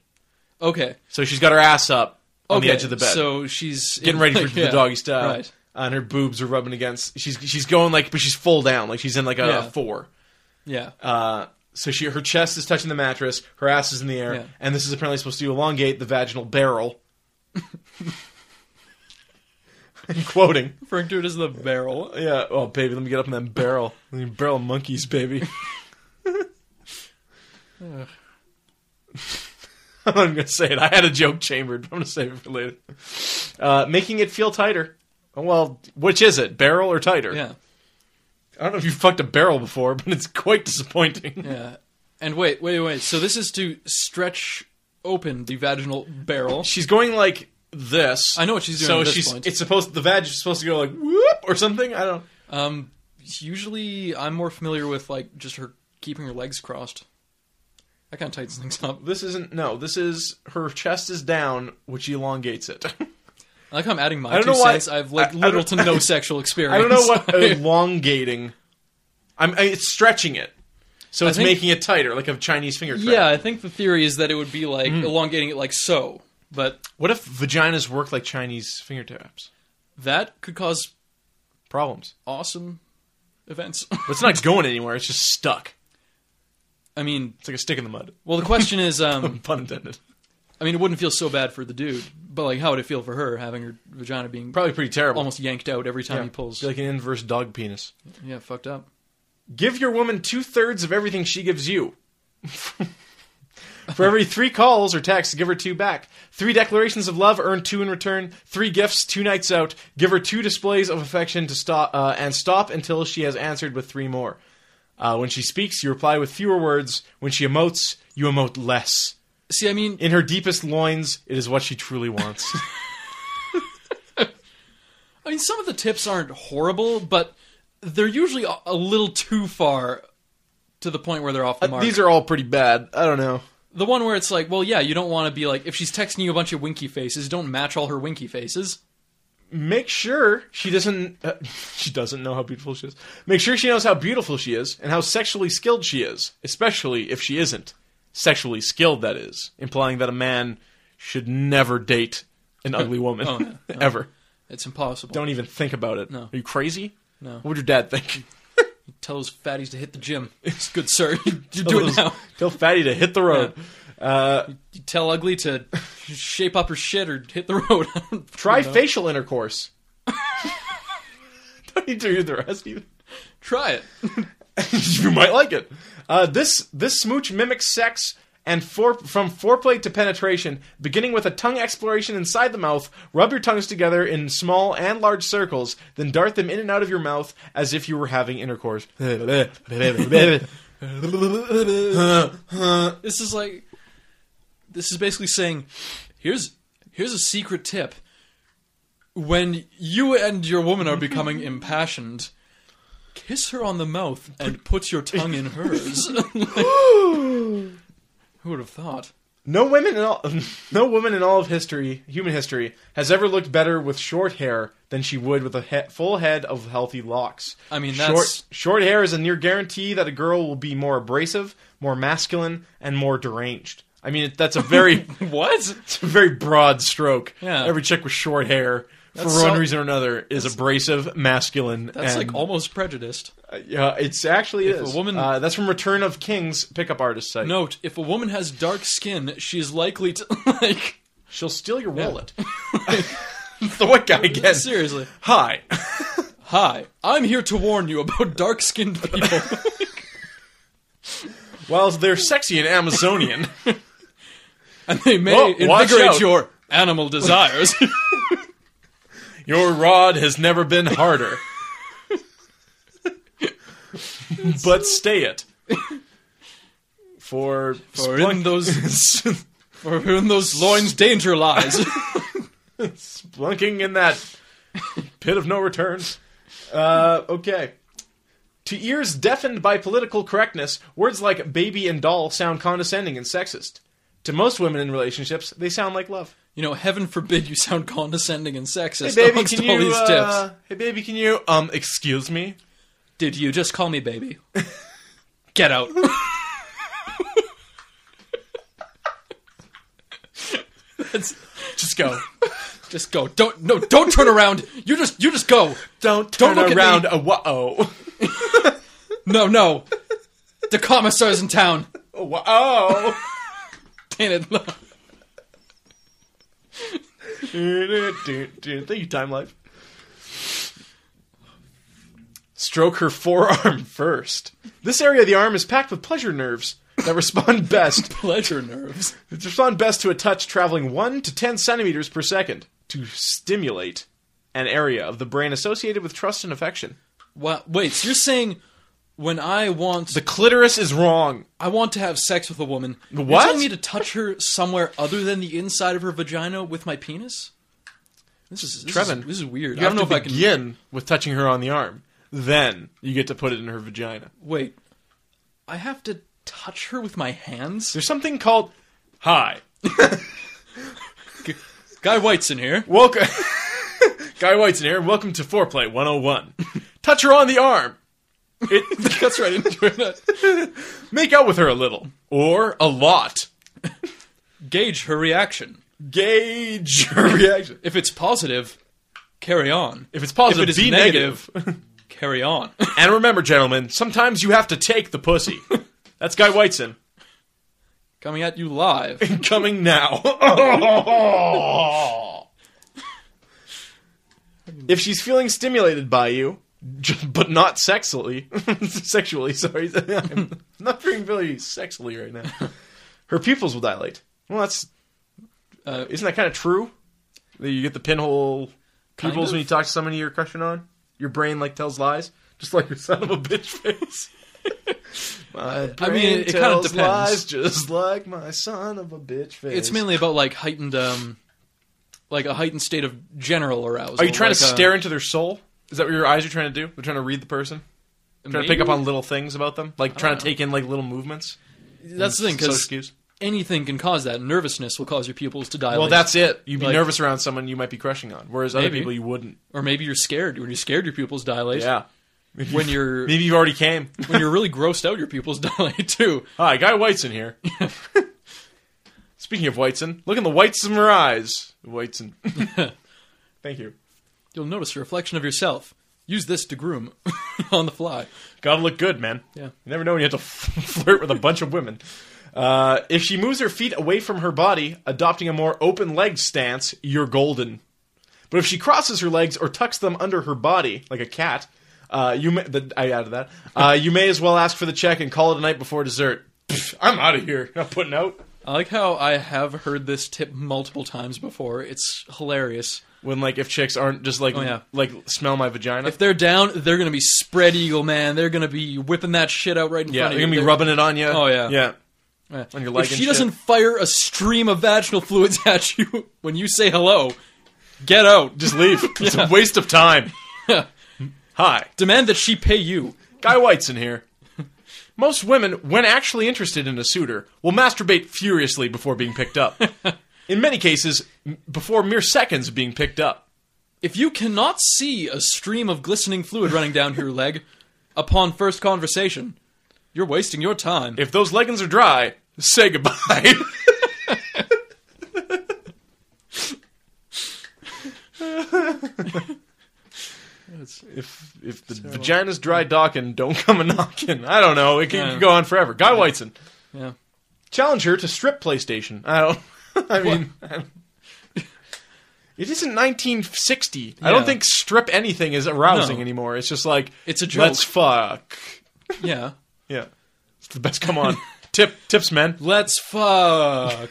Okay.
So she's got her ass up on
okay.
the edge of the bed.
So she's
getting ready for
*laughs* yeah,
the doggy style.
Right.
And her boobs are rubbing against. She's she's going like, but she's full down, like she's in like a
Yeah.
four.
Yeah.
Uh, so she her chest is touching the mattress, her ass is in the air,
Yeah.
and this is apparently supposed to elongate the
*laughs*
vaginal barrel. *laughs* I'm quoting.
Referring to it as the barrel.
Yeah. Oh, baby, let me get up in that
*laughs*
barrel. Let me barrel monkeys, baby. *laughs* I'm not even gonna say it. I had a joke chambered. but I'm gonna save it for later. Uh, making it feel tighter. Oh, Well, which is it, barrel or tighter?
Yeah.
I don't know if you fucked a barrel before, but it's quite disappointing.
Yeah. And wait, wait, wait. So this is to stretch open the vaginal barrel.
She's going like this.
I know what she's doing
so
at this
she's
point.
it's supposed the vag is supposed to go like whoop or something. I don't.
Um, usually I'm more familiar with like just her keeping her legs crossed. That kind of tightens things up.
This isn't no. This is her chest is down, which elongates it. *laughs*
I like how I'm adding my
I don't
two
know why-
cents. I have like
I- I
little to
don't- *laughs*
no sexual experience.
I don't know *laughs*
*laughs*
what elongating. I'm. I, it's stretching it, so
I
it's
think-
making it tighter, like a Chinese finger.
*laughs*
Trap.
yeah, I think the theory is that it would be like
Mm.
elongating it like so, but
What if vaginas work like Chinese fingertips?
that could cause
Problems.
awesome events. *laughs*
But it's not going anywhere. It's just stuck.
I mean,
It's like a stick in the mud. *laughs*
well, the question is, um,
Pun intended.
I mean, it wouldn't feel so bad for the dude, but like, how would it feel for her having her vagina being
Probably pretty terrible.
almost yanked out every time
Yeah.
he pulls?
Be like an inverse dog penis.
yeah, fucked up.
Give your woman two thirds of everything she gives you. *laughs* For every three calls or texts, give her two back. Three declarations of love, earn two in return. Three gifts, two nights out. Give her two displays of affection to stop uh, and stop until she has answered with three more. Uh, when she speaks, you reply with fewer words. When she emotes, you emote less.
See, I mean,
In her deepest loins, it is what she truly wants.
I mean, some of the tips aren't horrible, but they're usually a, a little too far to the point where they're off the mark.
Uh, These are all pretty bad. I don't know.
the one where it's like, well, yeah, you don't want to be like, if she's texting you a bunch of winky faces, don't match all her winky faces.
make sure she doesn't uh, *laughs* she doesn't know how beautiful she is. Make sure she knows how beautiful she is and how sexually skilled she is, especially if she isn't sexually skilled that is, implying that a man should never date an ugly
*laughs*
woman
Oh, no, no.
*laughs* ever.
It's impossible.
Don't e- even think about it.
No.
Are you crazy?
No.
What would your dad
*laughs*
think? *laughs*
Tell those fatties to hit the gym. It's good, sir. You, you do it *laughs* now.
Tell Fatty to hit the road. Uh,
You tell Ugly
*laughs*
to shape up her shit or hit the road. *laughs* I don't
try
know.
facial intercourse. *laughs* Don't need to hear the rest either.
Try it.
*laughs* you might like it. Uh, this this smooch mimics sex and fore, from foreplay to penetration, beginning with a tongue exploration inside the mouth. Rub your tongues together in small and large circles, then dart them in and out of your mouth as if you were having intercourse. *laughs*
This is like this is basically saying here's here's a secret tip. When you and your woman are becoming
*laughs*
impassioned, kiss her on the mouth and put your tongue in hers. who would have thought?
No women in all, *laughs* no woman in all of history, human history, has ever looked better with short hair than she would with a he- full head of healthy locks.
I mean,
short,
that's-
short hair is a near guarantee that a girl will be more abrasive, more masculine, and more deranged. I mean, it- that's a very, *laughs*
What?
it's a very broad stroke.
Yeah.
Every chick with short hair,
That's
for one
so-
reason or another, is abrasive, masculine.
That's
and,
like almost prejudiced.
yeah, it's actually it
If a
is.
woman-
Uh, that's from Return of Kings pickup artist site.
Note: If a woman has dark skin, she is likely to *laughs* like.
she'll steal your wallet. *laughs* the
*laughs*
what guy again?
Seriously.
Hi.
Hi, I'm here to warn you about dark-skinned people.
While they're sexy and Amazonian, *laughs*
and they may
Oh, watch out.
invigorate your animal desires.
your rod has never been harder. but stay it. For,
or in those,
splunk-
or in those loins, danger lies. *laughs*
splunking in that pit of no return. Uh, okay. To ears deafened by political correctness, words like baby and doll sound condescending and sexist. To most women in relationships, they sound like love.
you know, heaven forbid you sound condescending and
Hey
sexist
baby,
amongst
can
all
you?
these
uh,
tips.
hey baby, can you? Um, excuse me.
Did you just call me baby? Get out. That's-
Just go.
just go. Don't no. Don't turn around. You just you just go.
Don't
Don't look at me.
A wha oh.
No no. The commissar's in town.
A wha- oh.
Damn it.
Thank you, Time Life. Stroke her forearm *laughs* first. This area of the arm is packed with pleasure nerves that respond *laughs*
*laughs*
best
pleasure nerves.
that respond best to a touch traveling one to ten centimeters per second to stimulate an area of the brain associated with trust and affection.
Wow. Wait, so you're saying when I want
The clitoris is wrong.
I want to have sex with a woman, you're
What?
telling me to touch her somewhere other than the inside of her vagina with my penis? This is this
Trevin,
Is, this is weird.
You
I don't know
have
if I
to
can
begin with touching her on the arm. Then you get to put it in her vagina.
wait. I have to touch her with my hands.
There's something called hi.
Guy White's in here.
Welcome, *laughs* Guy White's in here. and Welcome to Foreplay 101. Touch her on the arm. It
That's right into it.
make out with her a little or a lot.
Gauge her reaction.
Gauge her reaction.
If it's positive, carry on.
If it's positive,
If it is
be negative.
carry on. *laughs*
and remember, gentlemen, sometimes you have to take the pussy. That's Guy Whiteson
Coming at you live.
*laughs* coming now. if she's feeling stimulated by you, j- but not sexually, *laughs* sexually, sorry, *laughs* I'm not feeling really sexually right now. Her pupils will dilate. Well, that's
Uh,
isn't that kind of true? That you get the pinhole
Kind
pupils when you talk to somebody you're crushing on. Your brain like tells lies, just like your son of a bitch face. my brain
mean, it kinda
*laughs* tells
depends.
Lies just like my son of a bitch face.
It's mainly about like heightened, um, like a heightened state of general arousal.
Are you trying to
like, uh,
stare into their soul? Is that what your eyes are trying to do? They're trying to read the person, trying to pick up
maybe?
on little things about them, like trying to take in like little movements.
That's the thing because
Social cues.
anything can cause that. Nervousness will cause your pupils to dilate.
Well, that's it. You'd be
like-
nervous around someone you might be crushing on, whereas other
Maybe.
people you wouldn't.
or maybe you're scared. When you're scared, your pupils dilate.
Yeah.
*laughs* When you're
Maybe you
*laughs*
already came.
when you're really grossed out, your pupils *laughs* dilate too.
Hi, Guy
*laughs*
Whiteson here. Speaking of Whiteson, look in the whites of
*laughs*
her eyes. Whiteson. Thank you.
You'll notice a reflection of yourself. Use this to groom *laughs* on the fly.
Gotta look good, man.
Yeah.
You never know when you have to *laughs* flirt with a bunch of women. Uh, if she moves her feet away from her body, adopting a more open legged stance, you're golden. But if she crosses her legs or tucks them under her body, like a cat, uh, you may, the, I added that. Uh, you may as well ask for the check and call it a night before dessert. Pfft, I'm out of here. Not putting out.
I like how I have heard this tip multiple times before. It's hilarious.
When like if chicks aren't just like
Oh, yeah.
like smell my vagina,
If they're down, they're gonna be spread eagle, man. They're gonna be whipping that shit out right in
yeah,
front
they're
of
gonna
you.
be rubbing it on you.
Oh, yeah.
yeah.
Yeah.
on your leg
If
and
she
shit.
doesn't fire a stream of vaginal fluids *laughs* at you when you say hello, get out. *laughs*
Just leave. It's a waste of time. Hi.
Demand that she pay you.
Guy White's in here. Most women, when actually interested in a suitor, will masturbate furiously before being picked up. in many cases, m- before mere seconds of being picked up.
If you cannot see a stream of glistening fluid running down your leg upon first conversation, you're wasting your time.
If those leggings are dry, say goodbye. if if the vagina's dry docking, don't come a knocking. I don't know. It can,
Yeah.
go on forever. Guy Whiteson.
yeah.
Challenge her to strip PlayStation. I don't. *laughs* I mean, I'm- *laughs* it isn't 1960. I don't
Yeah.
think strip anything is arousing
No.
anymore. It's just like
It's a joke.
let's fuck.
Yeah.
Yeah, it's the best.
*laughs*
Come on, tip tips, man.
Let's fuck.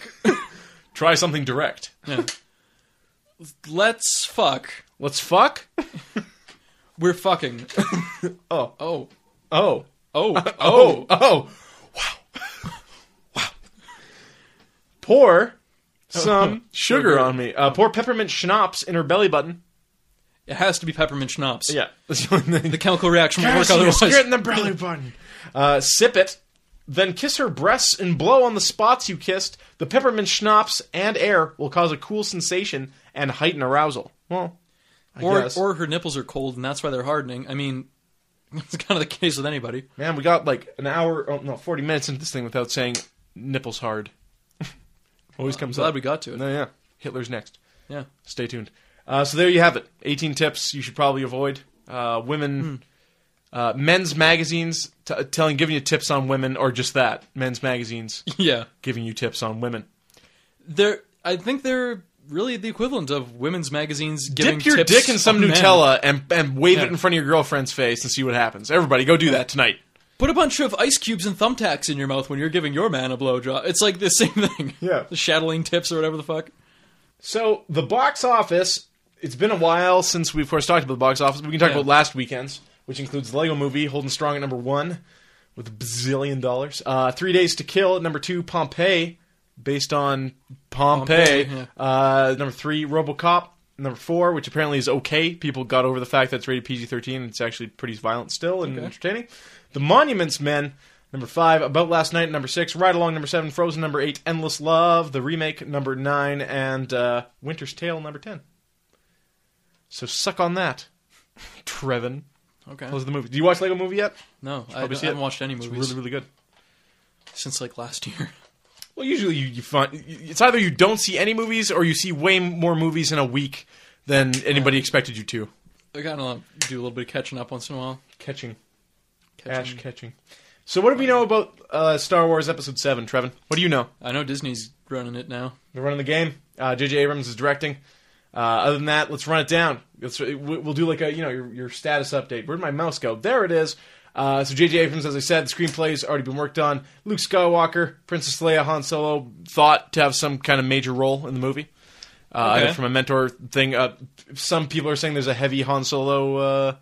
Try something direct.
Yeah. Let's fuck.
Let's fuck.
We're fucking.
Oh.
*laughs* Oh.
Oh,
*laughs* Oh.
oh,
Oh.
oh! Wow, *laughs* wow. Pour
*laughs*
some sugar on me. Uh, pour peppermint schnapps in her belly button.
It has to be peppermint schnapps.
Yeah, *laughs* that's the only thing.
The chemical reaction won't work
Kerosene is
otherwise.
squirt in the belly button. Uh, sip it, then kiss her breasts and blow on the spots you kissed. The peppermint schnapps and air will cause a cool sensation and heighten arousal. Well, I
or
guess.
or her nipples are cold and that's why they're hardening. I mean, *laughs* it's kind of the case with anybody.
man, we got like an hour, oh, no, forty minutes into this thing without saying nipples hard. *laughs* Always
I'm
comes
glad
up.
we got to it.
No, yeah, Hitler's next.
Yeah.
Stay tuned. Uh, so there you have it. 18 tips you should probably avoid. Uh, women,
Hmm.
uh, men's magazines t- telling, giving you tips on women, or just that, men's magazines.
Yeah.
giving you tips on women.
They're I think they're really the equivalent of women's magazines giving
Dip your
tips
dick in some
on men.
Nutella and, and wave
Yeah.
it in front of your girlfriend's face and see what happens. Everybody, go do that tonight.
Put a bunch of ice cubes and thumbtacks in your mouth when you're giving your man a blowjob. It's like the same thing.
*laughs* Yeah.
The shadowing tips or whatever the fuck.
So the box office. It's been a while since we, of course, talked about the box office. We can talk
Yeah.
about last weekend's, which includes Lego Movie holding strong at number one with a bazillion dollars. Uh, Three Days to Kill at number two, Pompeii, based on Pompeii.
Pompeii, yeah.
uh, number three, RoboCop. Number four, which apparently is okay. People got over the fact that it's rated PG thirteen. It's actually pretty violent still and
Okay.
entertaining. The Monuments Men. Number five, About Last Night. Number six, Ride Along. Number seven, Frozen. Number eight, Endless Love. The remake. Number nine, and uh, Winter's Tale. Number ten. So suck on that, *laughs* Trevin.
Okay.
Close the movie. Do you watch Lego Movie yet?
No, I,
probably
don't-
see
I
it.
haven't watched any
It's
movies
really, really good.
since like last year. *laughs*
Well, usually you, you find it's either you don't see any movies or you see way more movies in a week than anybody expected you to.
I gotta do a little bit of catching up once in a while.
Catching,
Catching-
Ash catching. So, what do we know about uh, Star Wars Episode Seven, Trevin? What do you know?
I know Disney's running it now.
They're running the game. Uh, J.J. Abrams is directing. Uh, other than that, let's run it down. Let's, uh, we- we'll do like a you know your, your status update. Where'd my mouse go? There it is. Uh, so J.J. Abrams, as I said, the screenplay has already been worked on. Luke Skywalker, Princess Leia, Han Solo, thought to have some kind of major role in the movie. Uh,
Okay.
either From a mentor thing, uh, some people are saying there's a heavy Han Solo uh,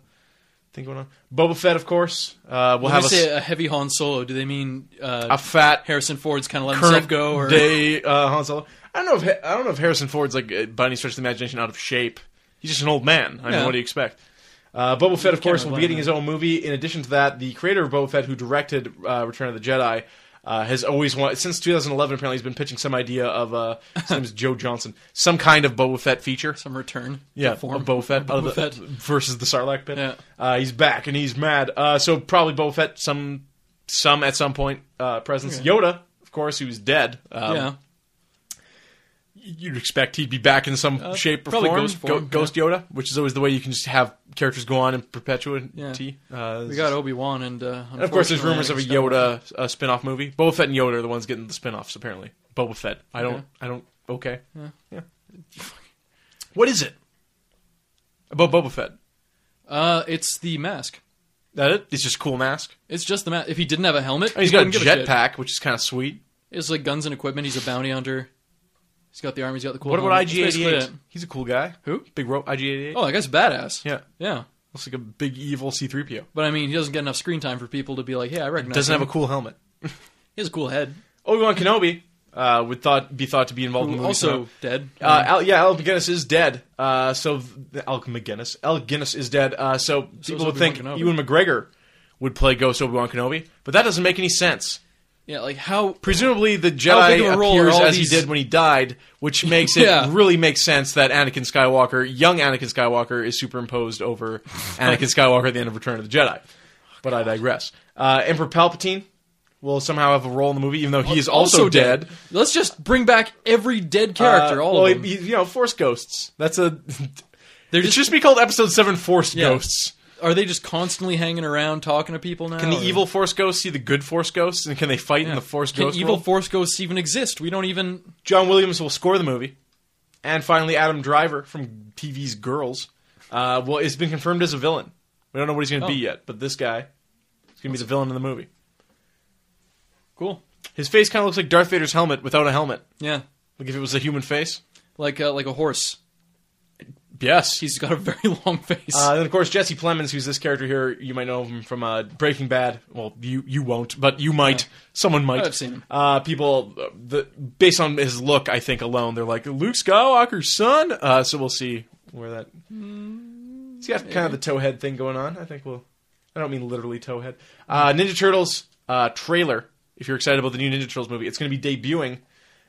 thing going on. Boba Fett, of course, uh, will
When
have
they
a,
say
s-
a heavy Han Solo, do they mean uh,
a fat
Harrison Ford's kind of letting
current
himself go, or
day uh, Han Solo. I don't know if I don't know if Harrison Ford's like uh, by any stretch of the imagination out of shape. He's just an old man. I mean,
Yeah.
what do you expect? Uh, Boba Fett, of
can't
course, will
blame
be getting
him.
his own movie. In addition to that, the creator of Boba Fett, who directed uh, Return of the Jedi, uh, has always wanted since 2011. Apparently, he's been pitching some idea of uh, his name is Joe Johnson, some kind of Boba Fett feature.
some return?
Yeah,
to form.
of Boba Fett, out of
Boba
the-
Fett.
*laughs* versus the Sarlacc pit.
Yeah.
Uh, he's back and he's mad. Uh, so probably Boba Fett some some at some point uh, presence.
Okay.
Yoda, of course, who's dead. Um,
yeah,
you'd expect he'd be back in some
Uh,
shape or
probably
form.
ghost
Go-
form,
ghost Yoda, which is always the way you can just have characters go on in perpetuity. Uh,
We got Obi Wan and uh,
and of course, there's rumors of a
unfortunately,
Yoda uh, spin-off movie. Boba Fett and Yoda are the ones getting the spin-offs, apparently. Boba Fett. I don't.
Okay.
I don't. Okay.
Yeah.
What is it about Boba Fett?
Uh, it's the mask.
That it? It's just a cool mask.
It's just the mask. If he didn't have a helmet,
I mean, Oh, he's
he
got a
wouldn't give shit.
jetpack, which is kind of sweet.
It's like guns and equipment. He's a bounty hunter. He's got the army. He's got the cool.
What about
helmet. That's basically
IG88?
it.
He's a cool guy.
Who?
Big rope. IG88.
Oh, that guy's badass.
Yeah.
yeah.
Looks like a big evil C3PO.
But I mean, he doesn't get enough screen time for people to be like, "Yeah, I recognize."
Doesn't
him.
have a cool helmet.
He has a cool head.
Obi Wan Kenobi uh, would thought be thought to be involved in the
Who
movie.
also
somehow.
dead.
Oh, Uh, Al, yeah, Al McGinnis is dead. Uh, so th- Al McGinnis, Al Guinness is dead. Uh, so people
Obi-Wan
would think
Kenobi.
Ewan McGregor would play Ghost Obi Wan Kenobi, but that doesn't make any sense.
yeah, like how
Presumably, the
big of
Jedi
a role are
appears
all
as
these-
he did when he died, which makes it
*laughs* Yeah.
really make sense that Anakin Skywalker, young Anakin Skywalker, is superimposed over
*laughs*
Anakin Skywalker at the end of Return of the Jedi. But I digress. Uh, Emperor Palpatine will somehow have a role in the movie, even though he is also, dead.
Let's just bring back every dead character.
Uh,
all
well,
of them.
he- he- you know, Force Ghosts. That's a.
*laughs* They're
it
just,
should just be called Episode Seven: Force
Yeah.
Ghosts.
are they just constantly hanging around talking to people now?
Can the
or-
evil Force Ghosts see the good Force Ghosts, and can they fight in
Yeah.
the Force
Can
Ghost
evil
world?
force ghosts even exist? We don't even.
John Williams will score the movie, and finally, Adam Driver from TV's Girls, uh, well, has been confirmed as a villain. We don't know what he's going to
Oh.
be yet, but this guy is going to be the villain in the movie.
Cool.
His face kind of looks like Darth Vader's helmet without a helmet.
Yeah,
Like if it was a human face.
like uh, like a horse.
Yes,
He's got a very *laughs* long face.
Uh, and of course, Jesse Plemons, who's this character here, you might know him from uh, Breaking Bad. Well, you you won't, but you might. Someone might.
I've seen him.
Uh, people, uh, the based on his look, I think alone, they're like Luke Skywalker's son. Uh, so we'll see where that. He's got kind of the towhead thing going on. I think we'll. I don't mean literally towhead. Uh, Ninja Turtles uh, trailer. If you're excited about the new Ninja Turtles movie, it's going to be debuting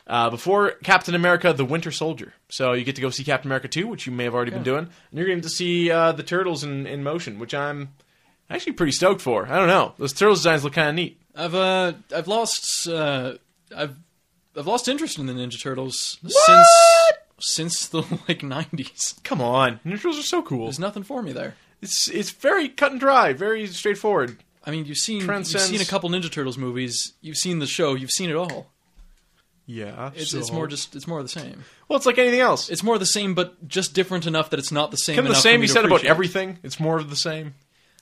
uh, before Captain America: The Winter Soldier. So you get to go see Captain America 2, which you may have already been
Yeah.
doing, and you're going to see uh, the turtles in, in motion, which I'm actually pretty stoked for. I don't know; those turtles designs look kind of neat.
I've uh, I've lost uh, I've I've lost interest in the Ninja Turtles since since the *laughs* like nineties.
Come on, Ninja turtles are so cool.
There's nothing for me there.
It's it's very cut and dry, very straightforward.
I mean, you've seen
Transcends-
you've seen a couple Ninja Turtles movies. You've seen the show. You've seen it all.
Yeah,
It's, it's more just it's more of the same.
well, it's like anything else.
It's more of the same, but just different enough that it's not the same.
Kind of the
enough for
same
me
you
to
said about
appreciate it.
everything. It's more of the same.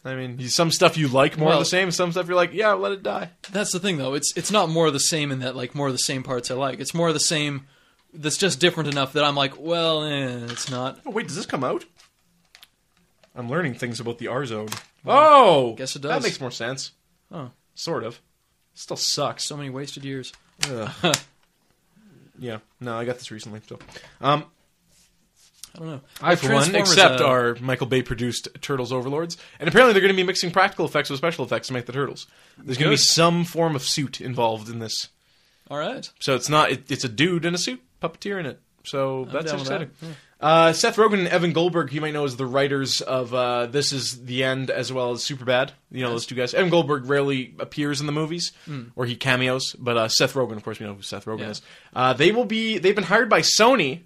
I mean, some stuff you like more of
Well-
the same, some stuff you're like, yeah, let it die.
That's the thing, though. It's it's not more of the same in that like more of the same parts I like. It's more of the same. That's just different enough that I'm like, well, eh, it's not.
Oh, wait, does this come out? I'm learning things about the R Zone. Oh,
guess it does.
That makes more sense.
Oh.
sort of. Still sucks.
*laughs* So many wasted years.
Ugh. yeah, no, I got this recently. So, um,
I don't know.
I for one
Transformers,
accept
uh,
our Michael Bay produced Turtles Overlords, and apparently they're going to be mixing practical effects with special effects to make the turtles. There's going to be
Good.
some form of suit involved in this,
All right.
so it's not it, it's a dude in a suit, puppeteer in it. So
I'm
that's
down with
exciting.
that. Yeah.
Uh, Seth Rogen and Evan Goldberg, you might know as the writers of uh, This Is the End as well as Superbad. You know those two guys. Evan Goldberg rarely appears in the movies, or he cameos. But uh, Seth Rogen, of course, we know who Seth Rogen
Hmm. Yeah.
is. Uh, they will be. They've been hired by Sony,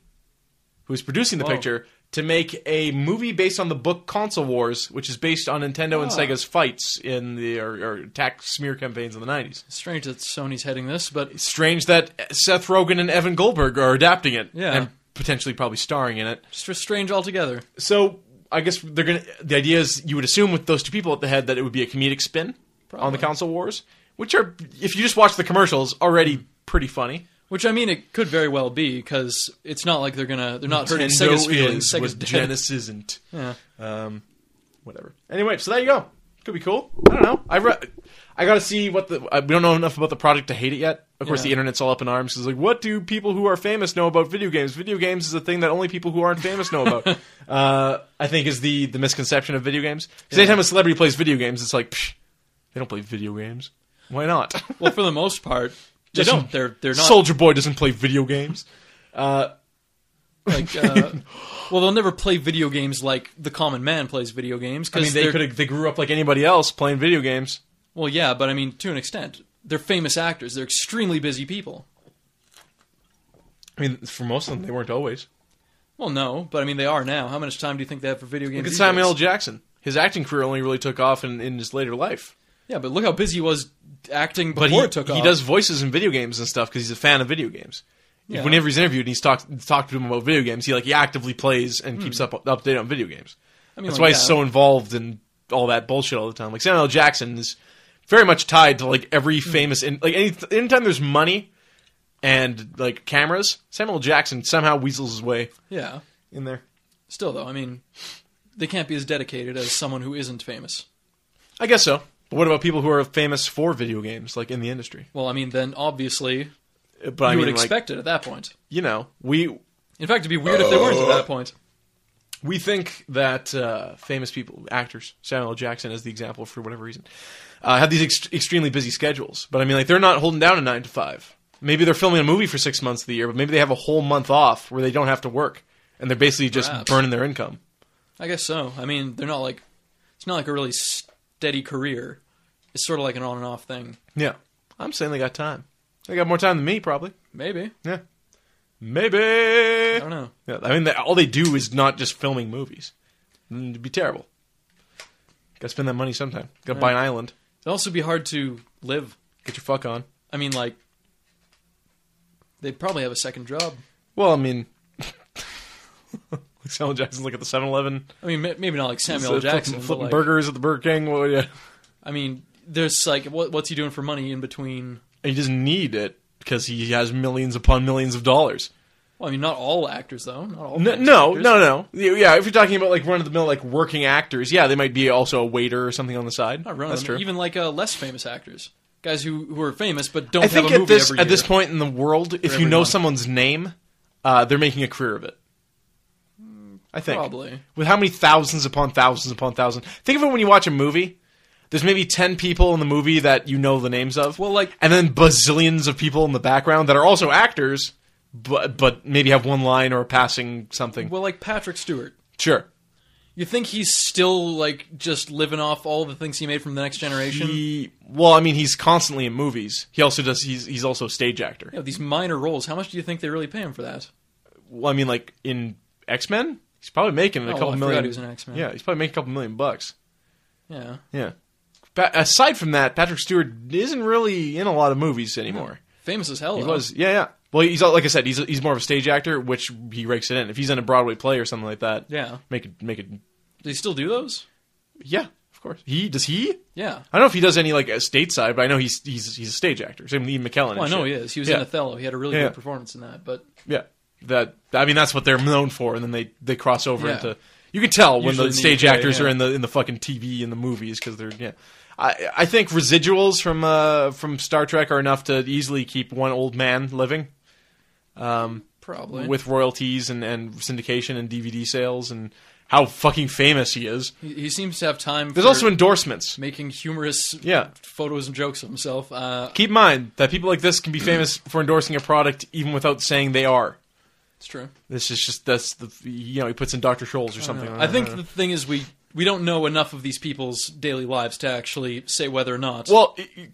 who's producing the
Whoa.
picture, to make a movie based on the book Console Wars, which is based on Nintendo and
Ah.
Sega's fights in the or, or attack smear campaigns in the nineties.
It's strange that Sony's heading this, but
It's strange that Seth Rogen and Evan Goldberg are adapting it
Yeah.
and potentially probably starring in it.
it's just strange altogether.
So I guess they're gonna. The idea is you would assume with those two people at the head that it would be a comedic spin on the
Probably.
console wars, which are if you just watch the commercials already pretty funny.
Which I mean, it could very well be because it's not like they're gonna they're not hurting
Nintendo
Sega's feelings.
is
Sega's
what
dead.
Genesis isn't.
Yeah.
Um, whatever. Anyway, so there you go. Could be cool. I don't know. I re- I got to see what the. I, we don't know enough about the project to hate it yet. Of course,
Yeah.
the internet's all up in arms. 'cause It's like, what do people who are famous know about video games? Video games is a thing that only people who aren't famous know
*laughs*
about. uh, I think is the the misconception of video games. 'Cause
Yeah.
anytime a celebrity plays video games, it's like, psh, they don't play video games. Why not? *laughs*
Well, for the most part,
They
just-
don't.
They're they're not
Soldier Boy doesn't play video games. Uh,
like.
*laughs*
Uh, well, they'll never play video games like the common man plays video games.
I
Cause
mean, they
they're-
could they grew up like anybody else playing video games.
Well, yeah, but I mean, to an extent, they're famous actors. They're extremely busy people.
I mean, for most of them, they weren't always.
Well, no, but I mean they are now. How much time do you think they have for video games?
Look at
these
Samuel L.
days?
Jackson. His acting career only really took off in, in his later life.
Yeah, but look how busy he was acting
But
before
he,
it took
he
off.
does voices in video games and stuff because he's a fan of video games.
Yeah.
Whenever he's interviewed and he's talked talked to him about video games, he like he actively plays and keeps up updated on video games.
Hmm. I mean,
That's
like,
why
yeah.
he's so involved in all that bullshit all the time. Like Samuel L. Jackson is very much tied to like every
Hmm.
famous in, like any anytime there's money and like cameras, Samuel L. Jackson somehow weasels his way
Yeah.
in there.
Still though, I mean, they can't be as dedicated as someone who isn't famous.
I guess so. But what about people who are famous for video games, like in the industry?
Well, I mean, then obviously
Uh, But I
you
mean,
would
like,
expect it at that point.
you know, we
In fact, it'd be weird if they weren't at
Uh-huh.
that point.
we think that uh, famous people, actors, Samuel L. Jackson as the example for whatever reason, uh, have these ex- extremely busy schedules. But I mean, like they're not holding down a nine to five. Maybe they're filming a movie for six months of the year, but maybe they have a whole month off where they don't have to work, and they're basically just
Perhaps.
burning their income.
I guess so. I mean, they're not like it's not like a really steady career. It's sort of like an on and off thing.
Yeah, I'm saying they got time. They got more time than me, probably.
Maybe
Yeah, maybe.
I don't know.
Yeah, I mean, they, all they do is not just filming movies. Mm, It'd be terrible. Got to spend that money sometime. Got to buy an island.
It'd also be hard to live.
Get your fuck on.
I mean, like they probably have a second job.
Well, I mean, *laughs* Samuel Jackson, look at the 7-Eleven.
I mean, ma- maybe not like Samuel
Flipping-
L. Jackson. but,
flipping
like,
burgers at the Burger King. Well, yeah.
I mean, there's like what, what's he doing for money in between?
He doesn't need it because he has millions upon millions of dollars.
Well, I mean, not all actors though. Not all.
No,
famous
no,
actors.
no, no. Yeah, if you're talking about like run of the mill, like working actors, yeah, they might be also a waiter or something on the side.
Not run
That's
of them.
true.
Even like uh, less famous actors, guys who who are famous but don't
I think
have a
at
movie
this
every
at this
year.
point in the world, if you
every
know
month.
someone's name, uh, they're making a career of it. I think
Probably.
with how many thousands upon thousands upon thousands. Think of it when you watch a movie. There's maybe ten people in the movie that you know the names of.
Well, like-
and then bazillions of people in the background that are also actors, but but maybe have one line or a passing something.
Well, like Patrick Stewart.
sure,
You think he's still like just living off all the things he made from the Next Generation?
he. Well, I mean, he's constantly in movies. He also does. He's he's also a stage actor.
Yeah, these minor roles. How much do you think they really pay him for that?
Well, I mean, like in X Men, he's probably making a
well,
couple
Oh, I forgot
million.
he was in X-Men.
Yeah, he's probably making a couple million bucks.
Yeah.
Yeah. Pa- aside from that, Patrick Stewart isn't really in a lot of movies anymore.
Famous as hell.
He
though.
was, yeah, yeah. Well, he's like I said, he's he's more of a stage actor, which he rakes it in. If he's in a Broadway play or something like that,
Yeah.
make it, make it,
Do you still do those?
yeah, of course. He does he? I
Yeah.
don't know if he does any like a stateside, but I know he's he's he's a stage actor. Same with Ian McKellen.
Well, I
and
know
shit.
he is. He was
yeah.
in Othello. He had a really
Yeah.
good performance in that. But
Yeah, that I mean that's what they're known for, and then they they cross over
Yeah.
into. You can tell when
Usually
the
in the
stage
UK,
actors are
yeah.
in the in the fucking TV and the movies because they're yeah. I I think residuals from uh from Star Trek are enough to easily keep one old man living
probably
with royalties and and syndication and DVD sales and how fucking famous he is.
he, he seems to have time.
There's
for
also endorsements.
making humorous
Yeah.
photos and jokes of himself. Uh,
Keep in mind that people like this can be
*clears throat*
famous for endorsing a product even without saying they are.
it's true.
This is just that's the you know he puts in Doctor Scholl's or something.
I think the thing is we we don't know enough of these people's daily lives to actually say whether or not.
Well, y- y-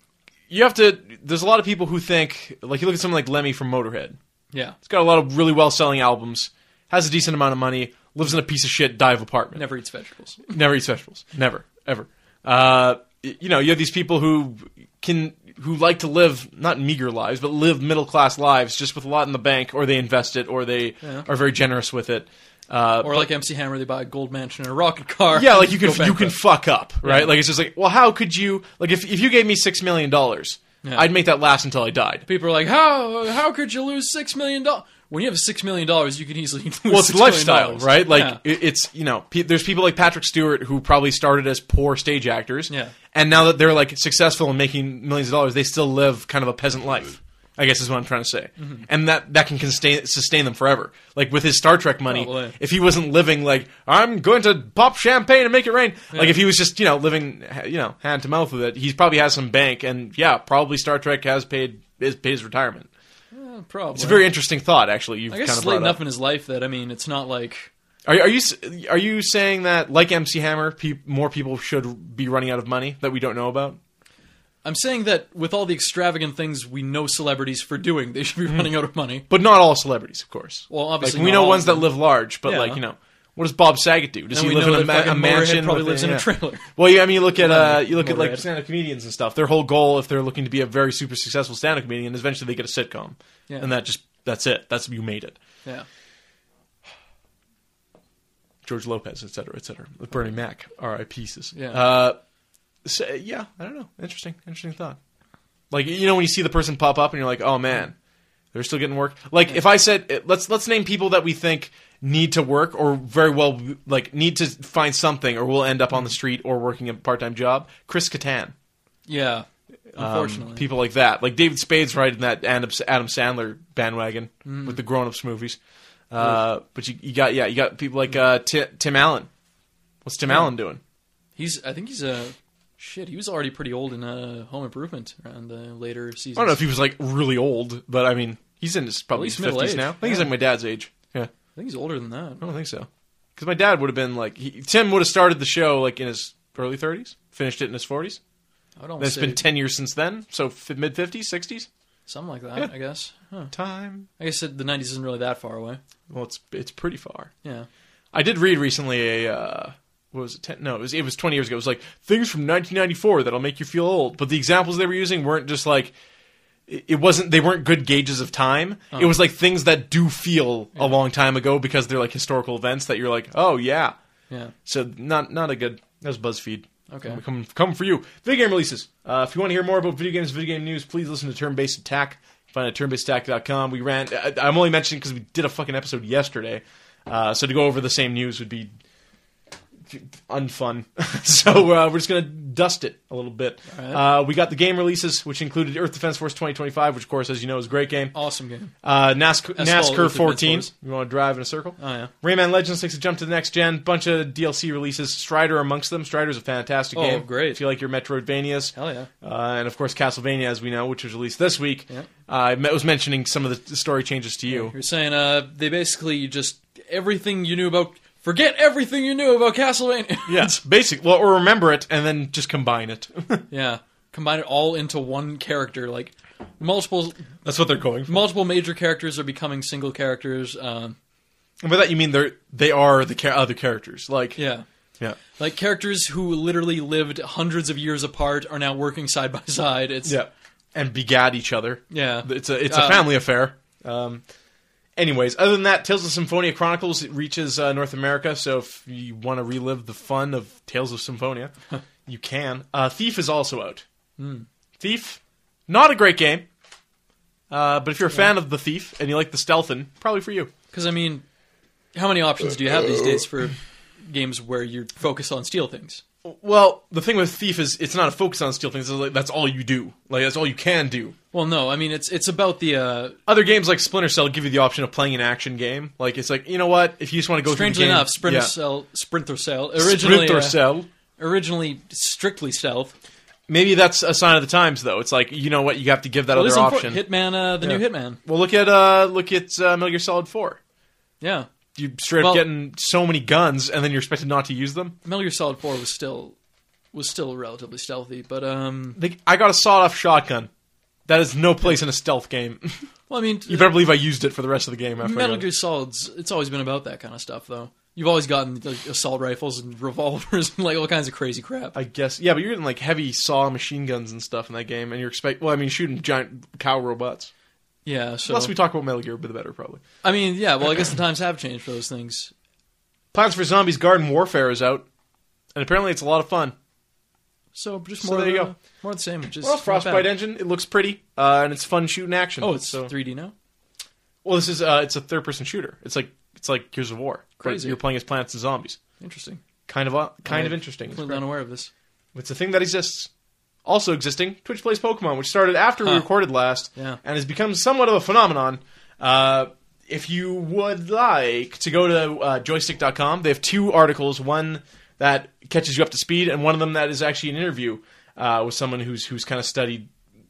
you have to. There's a lot of people who think like you look at someone like Lemmy from Motorhead.
yeah,
He's got a lot of really well-selling albums, has a decent amount of money, lives in a piece of shit dive apartment,
never eats vegetables.
never, eats vegetables, never ever. Uh, y- you know, you have these people who can who like to live not meager lives, but live middle-class lives, just with a lot in the bank, or they invest it, or they
Yeah.
are very generous with it. Uh,
Or like MC Hammer, they buy a gold mansion and a rocket car.
yeah, like you
and
can
go
you can
bankrupt.
fuck up, right? Like it's just like, well, how could you? Like if if you gave me six million dollars,
Yeah.
I'd make that last until I died.
People are like, how how could you lose six million dollars? When you have six million dollars, you can easily *laughs* lose.
well, it's
$6 million
lifestyle, right? Like
Yeah.
it, it's you know, pe- there's people like Patrick Stewart who probably started as poor stage actors,
Yeah.
and now that they're like successful and making millions of dollars, they still live kind of a peasant life. I guess is what I'm trying to say,
Mm-hmm.
and that that can sustain, sustain them forever. Like with his Star Trek money,
Probably.
if he wasn't living like I'm going to pop champagne and make it rain, like if he was just you know living you know hand to mouth with it, he probably has some bank, and yeah, probably Star Trek has paid is paid his retirement.
Eh, probably.
It's a very interesting thought, actually. You've
I guess
kind
it's
of
late
brought up.
enough in his life that I mean, it's not like
Are, are you s- are you saying that like MC Hammer, pe- more people should be running out of money that we don't know about?
I'm saying that with all the extravagant things we know celebrities for doing, they
Mm.
should be running out of money.
But not all celebrities, of course.
Well, obviously
like, we
not
know
all
ones
of
that
them.
live large, but
Yeah.
like you know, what does Bob Saget do? Does
And
he
we
live
know
in
that
a, ma- a
fucking Motorhead
mansion?
probably
with
lives in a
yeah. *laughs*
trailer.
Well, yeah, I mean, you look at uh, you look at
Motorhead.
like stand-up comedians and stuff. Their whole goal, if they're looking to be a very super successful stand-up comedian, is eventually they get a sitcom,
Yeah.
and that just that's it. That's you made it.
Yeah.
George Lopez, et cetera, et cetera. With Bernie Mac, R.I. pieces.
Yeah.
Uh, so, yeah, I don't know. Interesting, interesting thought. Like you know when you see the person pop up and you're like, oh man, they're still getting work. Like if I said uh, let's let's name people that we think need to work or very well like need to find something or will end up on the street or working a part time job. Chris Kattan.
Yeah.
Um,
Unfortunately.
people like that, like David Spade's right in that Adam, Adam Sandler bandwagon
Mm.
with the grown ups movies. Uh, but you, you got yeah, you got people like uh, Ti- Tim Allen. What's Tim Allen doing?
he's I think he's a shit, he was already pretty old in uh, Home Improvement around the later seasons.
I don't know if he was like really old, but I mean, he's in his probably
least
his fifties
middle-aged,
now. I think he's
yeah.
like my dad's age. Yeah,
I think he's older than that.
I don't think so. Because my dad would have been like he, Tim would have started the show like in his early thirties, finished it in his forties.
I would almost
That's
say
been ten years since then, so f- mid fifties, sixties.
something like that,
Yeah.
I guess. Huh.
Time.
I guess it, the 90s isn't really that far away.
Well, it's it's pretty far.
Yeah.
I did read recently a uh, what was it? 10, no, it was it was 20 years ago. It was like things from 1994 that'll make you feel old. But the examples they were using weren't just like it it wasn't they weren't good gauges of time. It was like things that do feel a long time ago because they're like historical events that you're like, "Oh yeah."
Yeah.
So not not a good. That was BuzzFeed.
Okay.
Come come for you. Video game releases. Uh, if you want to hear more about video games, video game news, please listen to Turn Based Attack. Find it at turnbasedattack.com. We ran. I, I'm only mentioning because we did a fucking episode yesterday. Uh, so to go over the same news would be unfun. *laughs* so uh, we're just gonna dust it a little bit.
All right.
Uh, we got the game releases, which included Earth Defense Force 2025, which of course, as you know, is a great game.
Awesome game.
Uh,
Asphalt
NASC- NASCAR
Earth Defense
14.
Force.
You want to drive in a circle?
Oh yeah.
Rayman Legends takes a jump to the next gen. Bunch of DLC releases. Strider amongst them. Strider's a fantastic
Oh,
game.
great.
If you like your Metroidvanias.
Hell yeah.
Uh, and of course, Castlevania, as we know, which was released this week.
Yeah.
Uh, I me- was mentioning some of the story changes to you.
You're saying uh, they basically just everything you knew about forget everything you knew about Castlevania. *laughs*
Yes, basic. Well, or remember it and then just combine it. *laughs*
yeah, combine it all into one character. Like multiple
That's what they're going for.
multiple major characters are becoming single characters. Um,
And by that, you mean they're they are the cha- other characters. Like
yeah,
yeah.
like characters who literally lived hundreds of years apart are now working side by side. It's
Yeah. And begat each other.
yeah,
It's a it's a
Um,
family affair. Um, anyways, other than that, Tales of Symphonia Chronicles it reaches uh, North America, so if you want to relive the fun of Tales of *laughs* Symphonia, you can. Uh, Thief is also out. Hmm. Thief, not a great game, uh, but if you're a fan of the Thief and you like the stealthin, probably for you.
Because I mean, how many options do you have these days for games where you focus on steal things?
Well, the thing with Thief is it's not a focus on steal things. It's like, that's all you do. Like that's all you can do.
Well, no, I mean it's it's about the uh,
Other games like Splinter Cell give you the option of playing an action game. Like it's like you know what if you just want to go.
Strangely
through the game,
enough, Sprinter
yeah.
Cell, Sprinter Cell, originally
Splinter
uh,
Cell.
originally strictly stealth.
Maybe that's a sign of the times, though. It's like you know what you have to give that
Well,
other
this unfor-
option.
Hitman, uh, the
Yeah.
new Hitman.
well, look at uh, look at uh, Metal Gear Solid Four.
Yeah,
You straight
Well-
up getting so many guns, and then you're expected not to use them.
Metal Gear Solid Four was still was still relatively stealthy, but um,
Like, I got a sawed-off shotgun. That is no place in a stealth game. *laughs*
well, I mean,
you better believe I used it for the rest of the game. After I
Metal
got it.
Gear Solid's it's always been about that kind of stuff, though. You've always gotten like, assault rifles and *laughs* revolvers and like all kinds of crazy crap.
I guess, yeah, but you're getting like heavy saw machine guns and stuff in that game, and you're expect. Well, I mean, shooting giant cow robots.
yeah, so
Unless we talk about Metal Gear, the better probably.
I mean, yeah, well, I guess the times have changed for those things.
Plants for Zombies Garden Warfare is out, and apparently it's a lot of fun.
So just
So
more
there
of
you
the-
go.
more of the same. Which is
Well,
not
Frostbite
bad.
engine. It looks pretty, uh, and it's fun shooting action.
Oh, it's
so.
3D now.
Well, this is uh, it's a third person shooter. It's like it's like Gears of War. but
Crazy.
You're playing as plants and zombies.
Interesting.
Kind of uh, kind of
I-
interesting. It's,
Completely unaware of
*laughs*
this.
great. It's a thing that exists. Also existing, Twitch plays Pokemon, which started after we
Huh.
recorded last,
Yeah.
and has become somewhat of a phenomenon. Uh, if you would like to go to uh, joystick.com, they have two articles. One that catches you up to speed, and one of them that is actually an interview uh, with someone who's who's kind of studied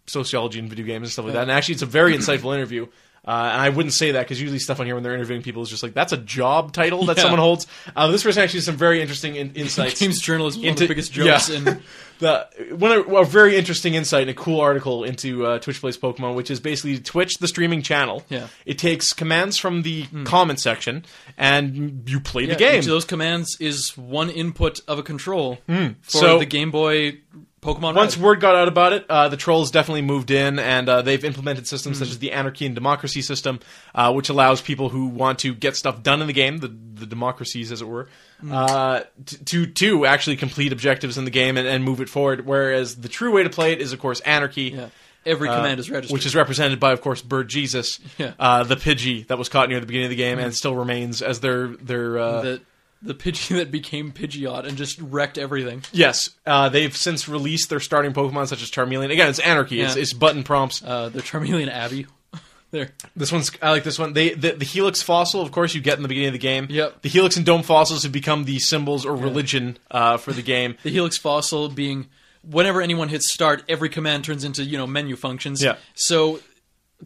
sociology and video games and stuff like that. And actually, it's a very insightful interview. Uh, Uh, and I wouldn't say that because usually stuff on here when they're interviewing people is just like that's a job title that someone holds. Uh, this person actually has some very interesting
*laughs*
in- insights.
Games journalism one of
into-
the biggest jokes
yeah. *laughs*
in
the one a, a very interesting insight and a cool article into uh, Twitch plays Pokemon, which is basically Twitch, the streaming channel.
Yeah. Hmm.
it takes commands from the comment section, and you play
yeah,
the game.
Each of those commands is one input of a control for
Hmm, So-
the Game Boy Pokemon.
Once
Red.
word got out about it, uh, the trolls definitely moved in, and uh, they've implemented systems
Hmm.
such as the anarchy and democracy system, uh, which allows people who want to get stuff done in the game, the, the democracies as it were,
Hmm.
uh, t- to to actually complete objectives in the game and, and move it forward. Whereas the true way to play it is, of course, anarchy.
yeah, every
uh,
command is registered.
Which is represented by, of course, Bird Jesus,
Yeah.
uh, the Pidgey that was caught near the beginning of the game and still remains as their their uh,
the the Pidgey *laughs* that became Pidgeot and just wrecked everything.
yes. Uh, they've since released their starting Pokemon such as Charmeleon. Again, it's anarchy. It's,
Yeah.
it's button prompts.
Uh, the Charmeleon Abbey. *laughs* there,
This one's I like this one. They the, the Helix fossil, of course, you get in the beginning of the game.
Yep.
The Helix and Dome fossils have become the symbols or religion uh, for the game.
the Helix fossil being whenever anyone hits start, every command turns into you know menu functions.
Yeah.
So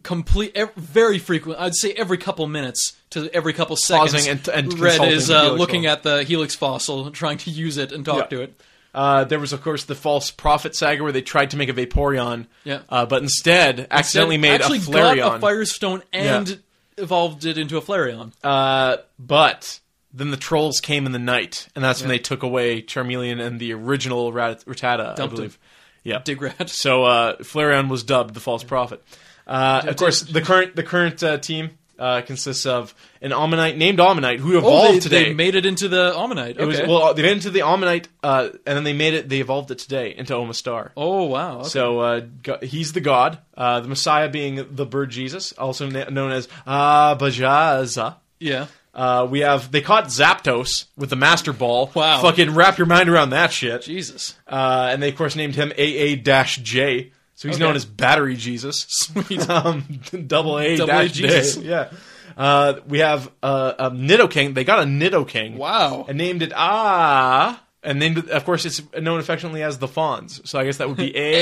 complete ev- very frequent. I'd say every couple minutes to every couple seconds.
Pausing and- and
Red
consulting
is
the
uh,
Helix
looking
fossil.
at the Helix fossil, trying to use it and talk
Yeah.
to it.
Uh, there was, of course, the false prophet saga where they tried to make a Vaporeon,
Yeah.
uh, but instead accidentally made
actually
a Flareon.
got a Firestone and
Yeah.
evolved it into a Flareon.
Uh, but then the trolls came in the night, and that's when they took away Charmeleon and the original Rat- Rattata, I
Dumped
believe. Yeah.
Digrat.
So uh, Flareon was dubbed the False Prophet. Uh, of course, the current the current uh, team uh, consists of an Almanite named Almanite who
*laughs*
evolved
Oh, they,
today.
they made it into the Almanite.
it was
Okay.
well, they made it into the Almanite, uh, and then they made it. They evolved it today into Omastar.
oh wow. Okay.
So uh, go- he's the god, uh, the Messiah being the bird Jesus, also na- known as uh, Abajaza.
yeah.
Uh, we have they caught Zapdos with the Master Ball.
Wow.
Fucking wrap your mind around that shit.
Jesus.
Uh, and they of course named him AA J, so he's
Okay.
known as Battery Jesus.
*laughs*
*laughs*
Sweet.
um, double A
Double A
dash
Jesus.
J. *laughs* Yeah. Uh, we have uh, a Nido King. They got a Nido King.
Wow.
And named it Ah. And named it, of course, it's known affectionately as the Fawns. So I guess that
*laughs*
would be A.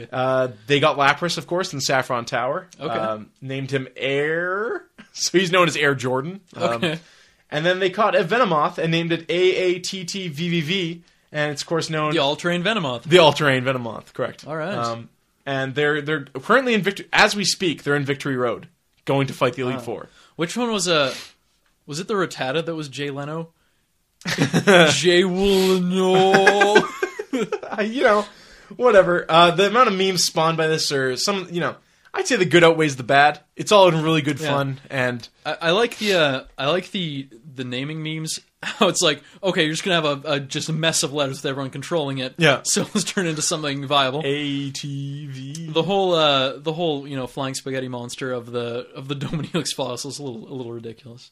Hey.
Uh, they got Lapras, of course, in Saffron Tower.
Okay.
Um, named him Air. *laughs* So he's known as Air Jordan. Um,
Okay.
And then they caught a Venomoth and named it AATTVVV. And it's, of course, known
The all-terrain Venomoth.
the all-terrain Venomoth, correct.
All right.
Um, and they're they're currently in victory as we speak. They're in Victory Road, going to fight the Elite Four.
Which one was a? Was it the Rattata that was Jay Leno? Jay Leno.
Uh, you know, whatever. Uh, the amount of memes spawned by this, or some, you know, I'd say the good outweighs the bad. It's all in really good
Yeah.
fun, and
I, I like the uh, I like the the naming memes. *laughs* How it's like, okay, you're just gonna have a, a just a mess of letters with everyone controlling it.
Yeah.
*laughs* So let's turn it into something viable.
ATV.
the whole uh, the whole you know flying spaghetti monster of the of the *laughs* Dominulus fossil is a little a little ridiculous.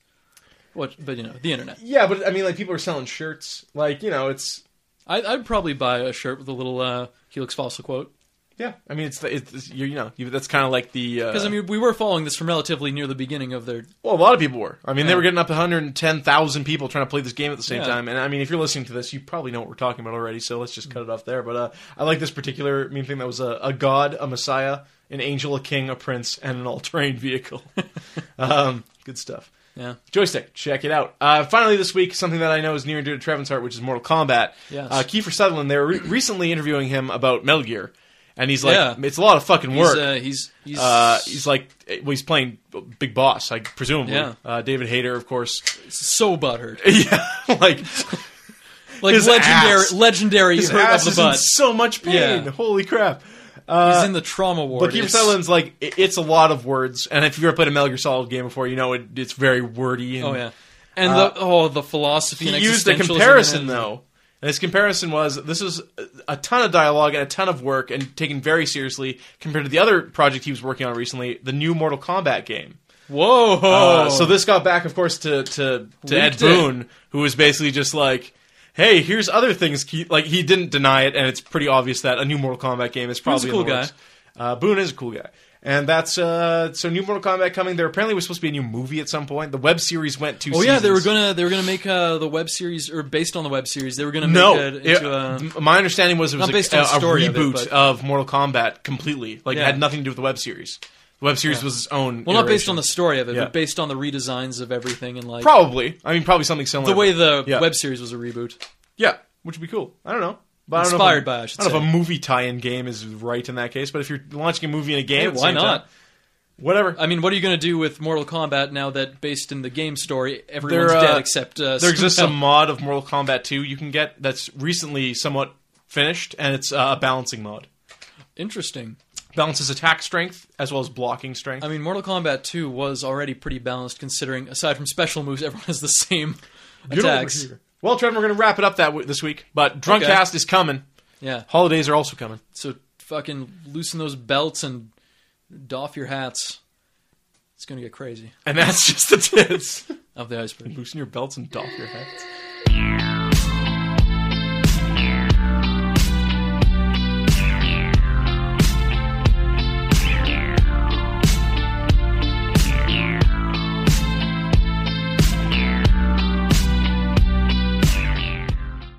What? But you know the internet.
yeah, but I mean, like people are selling shirts. Like you know, it's
I, I'd probably buy a shirt with a little uh, Helix fossil quote.
yeah. I mean, it's the, it's, it's you, you know you, that's kind of like the uh,
Because I mean, we were following this from relatively near the beginning of their.
Well, a lot of people were. I mean, they
Yeah.
were getting up to 110,000 people trying to play this game at the same
Yeah.
time. And I mean, if you're listening to this, you probably know what we're talking about already. So let's just cut it off there. But uh, I like this particular meme thing that was a, a god, a messiah, an angel, a king, a prince, and an all-terrain vehicle. *laughs* um, good stuff.
Yeah.
Joystick, check it out. Uh, finally, this week, something that I know is near and dear to Trevin's heart, which is Mortal Kombat.
Yes.
Uh, Kiefer Sutherland, they were re- recently interviewing him about Metal Gear. And he's like,
Yeah.
it's a lot of fucking
He's
work.
uh, he's he's,
Uh, he's like, well, he's playing Big Boss, like presumably.
Yeah.
Uh, David Hayter, of course. *laughs*
so butthurt.
yeah, like
Like
His
legendary
ass.
legendary
his
hurt
ass
of
is
the
in
butt.
so much pain.
Yeah.
Holy crap!
he's in the trauma ward.
But Kiefer
It's-
Sutherland's like, it, it's a lot of words, and if you've ever played a Metal Gear Solid game before, you know it, it's very wordy. And
Oh yeah. And
Uh,
the oh the philosophy.
he
and
used a
existentialism
comparison
and-
though. And his comparison was this is a- a ton of dialogue and a ton of work and taken very seriously compared to the other project he was working on recently, the new Mortal Kombat game.
Whoa.
Uh, so this got back, of course, to to, to Ed
Oh. Leaked it.
Boon, who was basically just like, "Hey, here's other things." He, like he didn't deny it, and it's pretty obvious that a new Mortal Kombat game is probably
cool
in the
guy.
works. Uh, Boone is a cool guy, and that's uh, so new Mortal Kombat coming. There apparently was supposed to be a new movie at some point. The web series went to.
Oh yeah, they were gonna they were gonna make uh, the web series or based on the web series. They were gonna make
No,
it
it-
into uh, a
m- my understanding was it was
Not
a,
based on
a-
the story
a
of it,
reboot of,
but-
Mortal Kombat completely. Like
Yeah.
it had nothing to do with the web series. The The web series was its own.
Well, not based on the
iteration.
story of it,
Yeah.
but based on the redesigns of everything and like
Probably. I mean, probably something similar.
the way the
Yeah.
web series was a reboot.
Yeah, which would be cool. I don't know. But
Inspired
I don't know if a-
by, I should
don't know
say.
if a movie tie-in game is right in that case. But if you're launching a movie and a game,
Hey,
at the
why
same time-
not? Uh,
whatever.
I mean, what are you going to do with Mortal Kombat now that based in the game story, everyone's
There, uh,
dead except uh,
there exists a
Snow?
mod of Mortal Kombat 2 you can get that's recently somewhat finished, and it's uh, a balancing mod.
Interesting.
Balances attack strength as well as blocking strength.
I mean, Mortal Kombat 2 was already pretty balanced considering, aside from special moves, *laughs* everyone has the same
Get over
attacks.
here. Well, Trevor, we're going to wrap it up that w- this week, but Drunkcast is coming.
Yeah.
Holidays are also coming.
So fucking loosen those belts and doff your hats. It's going to get crazy.
And that's *laughs* just the tits.
Of the iceberg.
Loosen your belts and doff your hats.